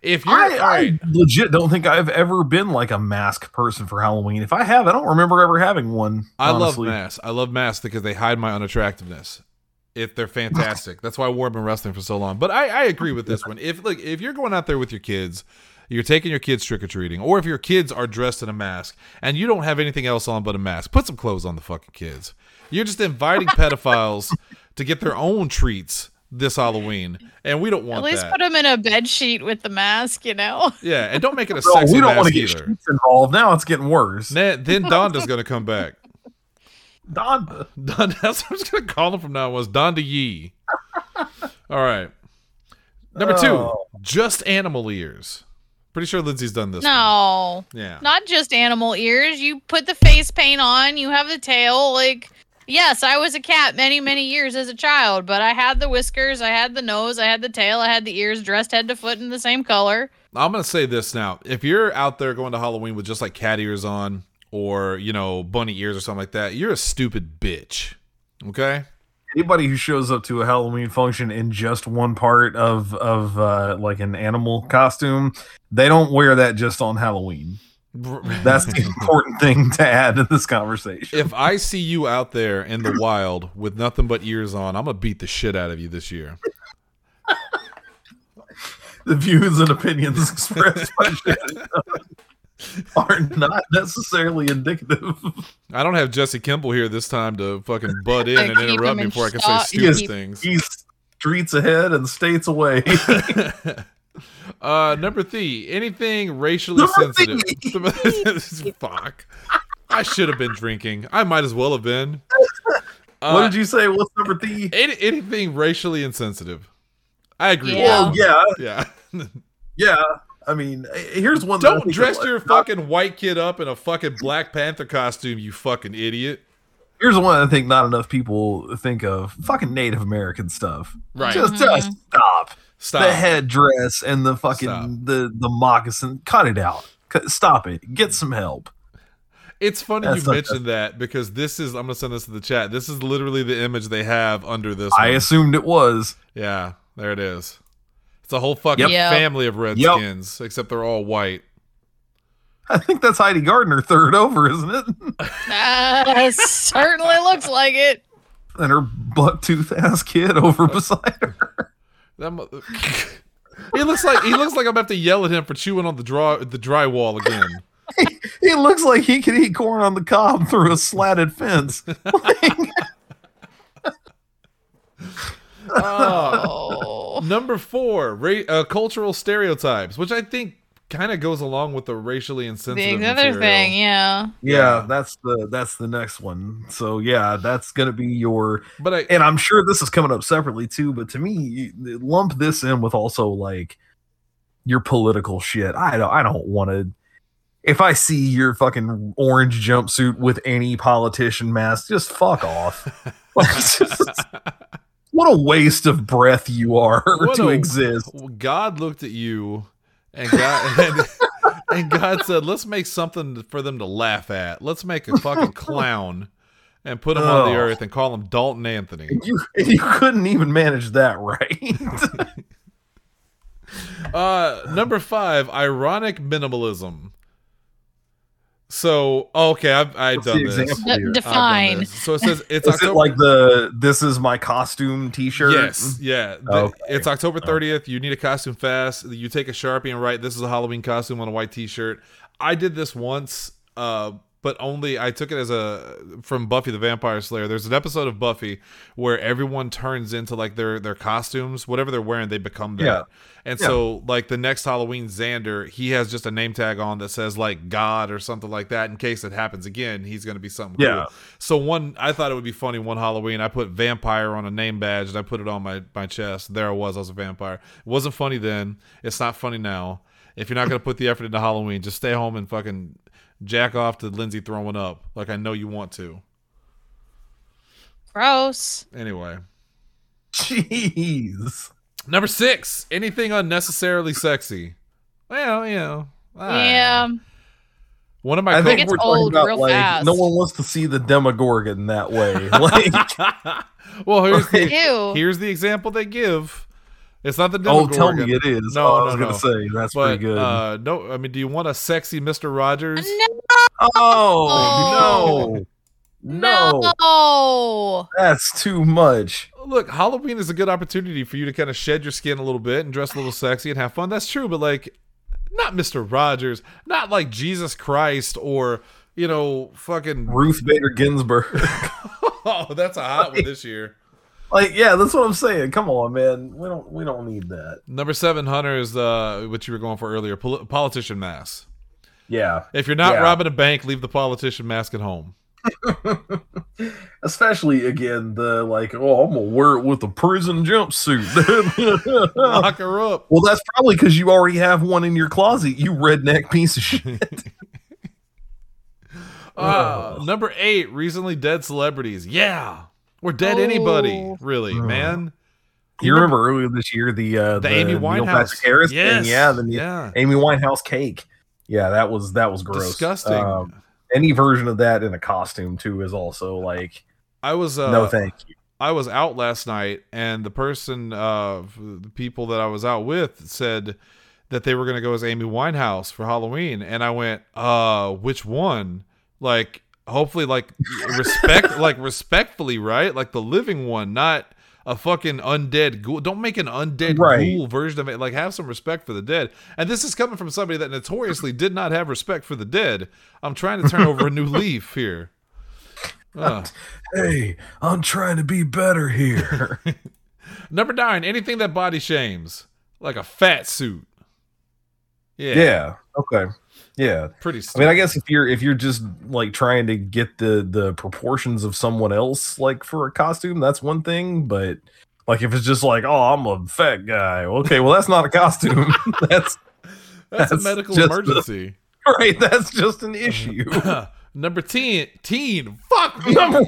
[SPEAKER 1] If you're
[SPEAKER 2] I,
[SPEAKER 1] all right,
[SPEAKER 2] I legit don't think I've ever been like a mask person for Halloween. If I have, I don't remember ever having one.
[SPEAKER 1] I love
[SPEAKER 2] honestly.
[SPEAKER 1] masks. I love masks because they hide my unattractiveness. If they're fantastic, that's why I wore them in wrestling for so long. But I, I agree with this one. If like if you're going out there with your kids, you're taking your kids trick or treating, or if your kids are dressed in a mask and you don't have anything else on but a mask, put some clothes on the fucking kids. You're just inviting pedophiles to get their own treats this Halloween, and we don't want
[SPEAKER 3] at least
[SPEAKER 1] that.
[SPEAKER 3] put him in a bed sheet with the mask, you know?
[SPEAKER 1] Yeah, and don't make it a
[SPEAKER 2] No,
[SPEAKER 1] sexy
[SPEAKER 2] we don't want
[SPEAKER 1] mask
[SPEAKER 2] to get
[SPEAKER 1] either.
[SPEAKER 2] sheets involved. Now it's getting worse.
[SPEAKER 1] Then, then Donda's gonna come back.
[SPEAKER 2] Don,
[SPEAKER 1] Don, that's what I'm just gonna call him from now on. Was Donda Yee? All right. Number two,
[SPEAKER 2] Oh.
[SPEAKER 1] just animal ears. Pretty sure Lindsay's done this. one.
[SPEAKER 3] No.
[SPEAKER 1] Yeah.
[SPEAKER 3] Not just animal ears. You put the face paint on, you have the tail. Like, yes, I was a cat many, many years as a child, but I had the whiskers, I had the nose, I had the tail, I had the ears dressed head to foot in the same color.
[SPEAKER 1] I'm gonna say this now. If you're out there going to Halloween with just like cat ears on or you know bunny ears or something like that, you're a stupid bitch. Okay.
[SPEAKER 2] anybody who shows up to a Halloween function in just one part of of uh, like an animal costume, they don't wear that just on Halloween. That's the important thing to add to this conversation.
[SPEAKER 1] if I see you out there in the wild with nothing but ears on, I'm gonna beat the shit out of you this year.
[SPEAKER 2] The views and opinions expressed by are not necessarily indicative.
[SPEAKER 1] I don't have Jesse Kimball here this time to fucking butt in
[SPEAKER 3] To
[SPEAKER 1] and
[SPEAKER 3] keep him
[SPEAKER 1] interrupt me
[SPEAKER 3] in
[SPEAKER 1] before I can
[SPEAKER 3] shock.
[SPEAKER 1] say stupid
[SPEAKER 2] Yes.
[SPEAKER 1] things.
[SPEAKER 2] He's streets ahead and states away.
[SPEAKER 1] uh, number three, anything racially
[SPEAKER 2] Number
[SPEAKER 1] sensitive. Fuck. I should have been drinking. I might as well have been. Uh,
[SPEAKER 2] what did you say? What's number three?
[SPEAKER 1] any- anything racially insensitive. I agree. with
[SPEAKER 3] Yeah.
[SPEAKER 2] Well, yeah,
[SPEAKER 1] you. yeah.
[SPEAKER 2] yeah. I mean, eh, here's one. that I
[SPEAKER 1] Don't
[SPEAKER 2] think
[SPEAKER 1] dress
[SPEAKER 2] of-
[SPEAKER 1] your fucking white kid up in a fucking Black Panther costume, you fucking idiot.
[SPEAKER 2] Here's one I think not enough people think of. Fucking Native American stuff.
[SPEAKER 1] Right.
[SPEAKER 2] Just, just stop. The
[SPEAKER 1] Stop.
[SPEAKER 2] headdress and the fucking
[SPEAKER 1] Stop.
[SPEAKER 2] the the moccasin. Cut it out. Cut- Stop it. Get some help.
[SPEAKER 1] It's funny
[SPEAKER 2] That's
[SPEAKER 1] you
[SPEAKER 2] not
[SPEAKER 1] mentioned that because this is I'm gonna send this to the chat. This is literally the image they have under this.
[SPEAKER 2] I
[SPEAKER 1] one.
[SPEAKER 2] assumed it was.
[SPEAKER 1] Yeah, there it is. It's a whole fucking
[SPEAKER 3] Yep. Yeah.
[SPEAKER 1] family of redskins, except they're all white.
[SPEAKER 2] I think that's Heidi Gardner third over, isn't it?
[SPEAKER 3] Uh, certainly looks like it.
[SPEAKER 2] and her buck tooth ass kid over beside her.
[SPEAKER 1] That mo- he looks like he looks like I'm about to yell at him for chewing on the draw the drywall again.
[SPEAKER 2] He looks like he could eat corn on the cob through a slatted fence.
[SPEAKER 1] Uh,
[SPEAKER 3] Oh.
[SPEAKER 1] number four, ra- uh, cultural stereotypes, which I think kind of goes along with the racially
[SPEAKER 3] The
[SPEAKER 1] insensitive.
[SPEAKER 3] other
[SPEAKER 1] material.
[SPEAKER 3] thing, yeah.
[SPEAKER 2] Yeah, that's the that's the next one. So yeah, that's gonna be your
[SPEAKER 1] but I
[SPEAKER 2] and I'm sure this is coming up separately too, but to me, you- lump this in with also like your political shit. I don't I don't want to if I see your fucking orange jumpsuit with any politician mask, just fuck off. Like, just- what a waste of breath you are
[SPEAKER 1] What
[SPEAKER 2] to
[SPEAKER 1] a-
[SPEAKER 2] exist.
[SPEAKER 1] God looked at you, and God and, and God said, "Let's make something for them to laugh at. Let's make a fucking clown, and put him on the
[SPEAKER 2] Oh.
[SPEAKER 1] earth and call him Dalton Anthony."
[SPEAKER 2] You you couldn't even manage that right.
[SPEAKER 1] Uh, number five, ironic minimalism. So okay, I've, I've
[SPEAKER 2] What's
[SPEAKER 1] done
[SPEAKER 2] the
[SPEAKER 1] this.
[SPEAKER 2] example?
[SPEAKER 3] De-
[SPEAKER 2] I've done
[SPEAKER 1] I've done
[SPEAKER 3] define.
[SPEAKER 1] this. So it says it's
[SPEAKER 2] Is
[SPEAKER 1] October.
[SPEAKER 2] it like the "This is my costume" T-shirt? Mm-hmm.
[SPEAKER 1] Yes, yeah. The-
[SPEAKER 2] Okay.
[SPEAKER 1] It's October 30th. You need a costume fast. You take a Sharpie and write, This is a Halloween costume on a white t shirt. I did this once, uh, but only I took it as a from Buffy the Vampire Slayer. There's an episode of Buffy where everyone turns into like their their costumes, whatever they're wearing, they become that.
[SPEAKER 2] Yeah.
[SPEAKER 1] And
[SPEAKER 2] Yeah.
[SPEAKER 1] so like the next Halloween, Xander, he has just a name tag on that says like God or something like that. In case it happens again, he's gonna be something
[SPEAKER 2] Yeah.
[SPEAKER 1] cool. So one, I thought it would be funny. One Halloween, I put vampire on a name badge and I put it on my my chest. There I was. I was a vampire. It wasn't funny then. It's not funny now. If you're not gonna put the effort into Halloween, just stay home and fucking jack off to Lindsay throwing up like I know you want to.
[SPEAKER 3] Gross.
[SPEAKER 1] Anyway,
[SPEAKER 2] Jeez.
[SPEAKER 1] number six. Anything unnecessarily sexy? Well, you know. ah.
[SPEAKER 3] Yeah.
[SPEAKER 1] One of my
[SPEAKER 2] I
[SPEAKER 1] co-
[SPEAKER 2] think
[SPEAKER 3] gets
[SPEAKER 2] we're talking
[SPEAKER 3] old
[SPEAKER 2] about
[SPEAKER 3] real
[SPEAKER 2] like
[SPEAKER 3] fast.
[SPEAKER 2] no one wants to see the Demogorgon that way. Like,
[SPEAKER 1] well, here's the,
[SPEAKER 3] Ew.
[SPEAKER 1] here's the example they give. It's not the
[SPEAKER 2] oh,
[SPEAKER 1] Demogorgon.
[SPEAKER 2] tell me it is.
[SPEAKER 1] No,
[SPEAKER 2] Oh, I
[SPEAKER 1] no,
[SPEAKER 2] was gonna
[SPEAKER 1] no.
[SPEAKER 2] say that's
[SPEAKER 1] But
[SPEAKER 2] pretty good.
[SPEAKER 1] uh, no, I mean, do you want a sexy Mister Rogers?
[SPEAKER 3] No.
[SPEAKER 2] oh no, no,
[SPEAKER 3] No.
[SPEAKER 2] that's too much.
[SPEAKER 1] Look, Halloween is a good opportunity for you to kind of shed your skin a little bit and dress a little sexy and have fun. That's true, but like, not Mister Rogers, not like Jesus Christ or you know, fucking.
[SPEAKER 2] Ruth Bader Ginsburg.
[SPEAKER 1] Oh, that's a hot one this year.
[SPEAKER 2] like, yeah, that's what I'm saying. Come on, man. We don't we don't need that.
[SPEAKER 1] Number seven, Hunter is uh, what you were going for earlier. Pol- politician mask.
[SPEAKER 2] Yeah,
[SPEAKER 1] If you're not
[SPEAKER 2] Yeah.
[SPEAKER 1] robbing a bank, leave the politician mask at home.
[SPEAKER 2] especially again the like. Oh, I'm gonna wear it with a prison jumpsuit.
[SPEAKER 1] Lock her up.
[SPEAKER 2] Well, that's probably because you already have one in your closet, you redneck piece of shit.
[SPEAKER 1] Uh, number eight, recently dead celebrities. Yeah. Or dead anybody,
[SPEAKER 3] Oh.
[SPEAKER 1] really,
[SPEAKER 2] Ugh.
[SPEAKER 1] man.
[SPEAKER 2] You remember earlier this year the uh,
[SPEAKER 1] The, Amy
[SPEAKER 2] Neil Patrick
[SPEAKER 1] Winehouse.
[SPEAKER 2] Harris
[SPEAKER 1] yes.
[SPEAKER 2] thing? yeah, the Ne-
[SPEAKER 1] yeah.
[SPEAKER 2] Amy Winehouse cake. Yeah, that was that was gross,
[SPEAKER 1] Disgusting.
[SPEAKER 2] Um, any version of that in a costume too is also like
[SPEAKER 1] I was uh,
[SPEAKER 2] no thank you.
[SPEAKER 1] I was out last night, and the person, uh, f- the people that I was out with, said that they were going to go as Amy Winehouse for Halloween, and I went, "Uh, which one? Like, hopefully, like respect, like respectfully, right? Like the living one, not." a fucking undead ghoul. Don't make an undead
[SPEAKER 2] Right.
[SPEAKER 1] ghoul version of it. Like, have some respect for the dead. And this is coming from somebody that notoriously did not have respect for the dead. I'm trying to turn over a new leaf here. Ugh.
[SPEAKER 2] Hey, I'm trying to be better here.
[SPEAKER 1] Number nine, anything that body shames, like a fat suit. Yeah,
[SPEAKER 2] yeah. Okay. Yeah.
[SPEAKER 1] pretty.
[SPEAKER 2] I mean,
[SPEAKER 1] Stupid.
[SPEAKER 2] I guess if you're if you're just like trying to get the the proportions of someone else like for a costume, that's one thing. But like if it's just like, oh, I'm a fat guy. Okay, well that's not a costume. that's
[SPEAKER 1] that's,
[SPEAKER 2] that's
[SPEAKER 1] a medical
[SPEAKER 2] just
[SPEAKER 1] emergency.
[SPEAKER 2] right. That's just an issue.
[SPEAKER 1] Number ten, teen. Fuck me.
[SPEAKER 2] number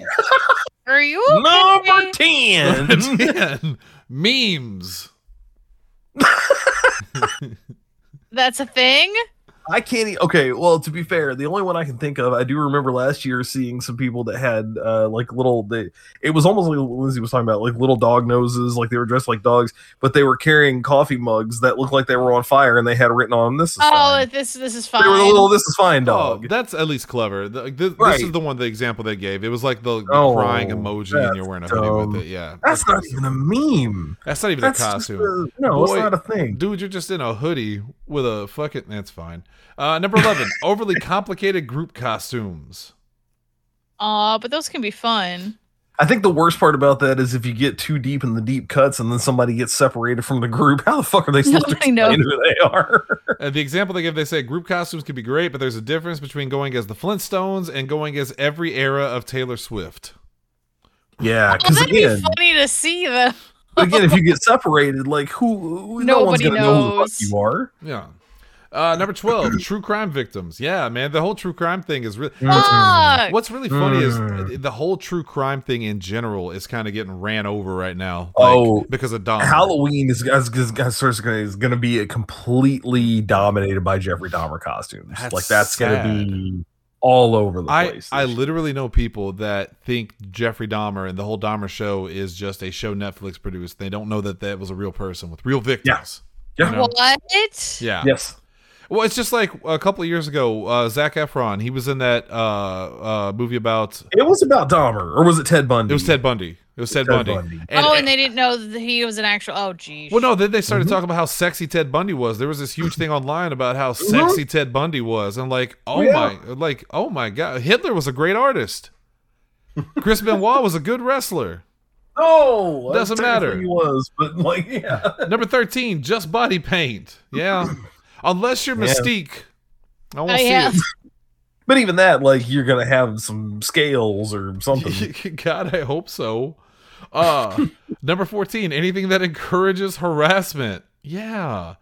[SPEAKER 3] Are you okay?
[SPEAKER 2] number
[SPEAKER 1] Number
[SPEAKER 2] ten.
[SPEAKER 1] ten, memes.
[SPEAKER 3] That's a thing.
[SPEAKER 2] I can't. E- okay, well, to be fair, the only one I can think of, I do remember last year seeing some people that had uh, like little. They, it was almost like Lindsay was talking about, like little dog noses, like they were dressed like dogs, but they were carrying coffee mugs that looked like they were on fire, and they had written on them, "This is
[SPEAKER 3] Oh,
[SPEAKER 2] fine."
[SPEAKER 3] this this is
[SPEAKER 2] They
[SPEAKER 3] fine.
[SPEAKER 2] were the little "This is fine"
[SPEAKER 1] Oh,
[SPEAKER 2] dog.
[SPEAKER 1] that's at least clever. The- like, this,
[SPEAKER 2] Right.
[SPEAKER 1] this is the one the example they gave. It was like the, the
[SPEAKER 2] Oh,
[SPEAKER 1] crying emoji, and you're wearing a hoodie
[SPEAKER 2] dumb.
[SPEAKER 1] with it. Yeah,
[SPEAKER 2] that's not even a meme.
[SPEAKER 1] That's not even
[SPEAKER 2] That's
[SPEAKER 1] a
[SPEAKER 2] just
[SPEAKER 1] costume.
[SPEAKER 2] a- no,
[SPEAKER 1] Boy-
[SPEAKER 2] it's not a thing.
[SPEAKER 1] Dude, you're just in a hoodie with a fucking. That's fine. Uh, number eleven, overly complicated group costumes.
[SPEAKER 3] Aw, but those can be fun.
[SPEAKER 2] I think the worst part about that is if you get too deep in the deep cuts, and then somebody gets separated from the group. How the fuck are they supposed to
[SPEAKER 3] I know.
[SPEAKER 2] explain who they are?
[SPEAKER 1] Uh, the example they give, they say group costumes can be great, but there's a difference between going as the Flintstones and going as every era of Taylor Swift.
[SPEAKER 2] yeah,
[SPEAKER 3] Well,
[SPEAKER 2] because
[SPEAKER 3] that'd
[SPEAKER 2] again,
[SPEAKER 3] be funny to see though.
[SPEAKER 2] But again, if you get separated, like who? who- no one's
[SPEAKER 3] Nobody
[SPEAKER 2] gonna know who the
[SPEAKER 3] knows.
[SPEAKER 2] fuck you are.
[SPEAKER 1] Yeah. Uh, number twelve, true crime victims. Yeah, man, the whole true crime thing is really.
[SPEAKER 3] Fuck.
[SPEAKER 1] What's really funny is uh,
[SPEAKER 2] Mm.
[SPEAKER 1] the whole true crime thing in general is kind of getting ran over right now.
[SPEAKER 2] Oh,
[SPEAKER 1] because of Dom.
[SPEAKER 2] Halloween is is, is, is gonna- is gonna be completely dominated by Jeffrey Dahmer costumes.
[SPEAKER 1] That's
[SPEAKER 2] like that's gonna be all over the
[SPEAKER 1] I,
[SPEAKER 2] place.
[SPEAKER 1] I literally know people that think Jeffrey Dahmer and the whole Dahmer show is just a show Netflix produced. They don't know that that was a real person with real victims.
[SPEAKER 2] Yeah.
[SPEAKER 1] You know?
[SPEAKER 3] What? Oh,
[SPEAKER 1] Yeah.
[SPEAKER 2] yes,
[SPEAKER 1] Well, it's just like a couple of years ago, uh, Zach Efron, he was in that uh, uh, movie about.
[SPEAKER 2] it was about Dahmer, or was it Ted Bundy?
[SPEAKER 1] It was Ted Bundy. It was Ted, Bundy.
[SPEAKER 3] oh, and they didn't know that he was an actual. Oh, geez.
[SPEAKER 1] Well, no, then they started talking about how sexy Ted Bundy was. There was this huge thing online about how sexy Ted Bundy was, and like, oh
[SPEAKER 2] Yeah.
[SPEAKER 1] my, like, oh my god, Hitler was a great artist. Chris Benoit was a good wrestler.
[SPEAKER 2] No,
[SPEAKER 1] Doesn't
[SPEAKER 2] technically
[SPEAKER 1] matter.
[SPEAKER 2] He was, but like, yeah,
[SPEAKER 1] Number thirteen, just body paint. Yeah, unless you're
[SPEAKER 2] Yeah.
[SPEAKER 1] Mystique, I
[SPEAKER 3] I
[SPEAKER 1] won't
[SPEAKER 3] have.
[SPEAKER 1] see
[SPEAKER 2] but even that, like, you're gonna have some scales or something.
[SPEAKER 1] it. God, I hope so. Uh, number fourteen, anything that encourages harassment. Yeah,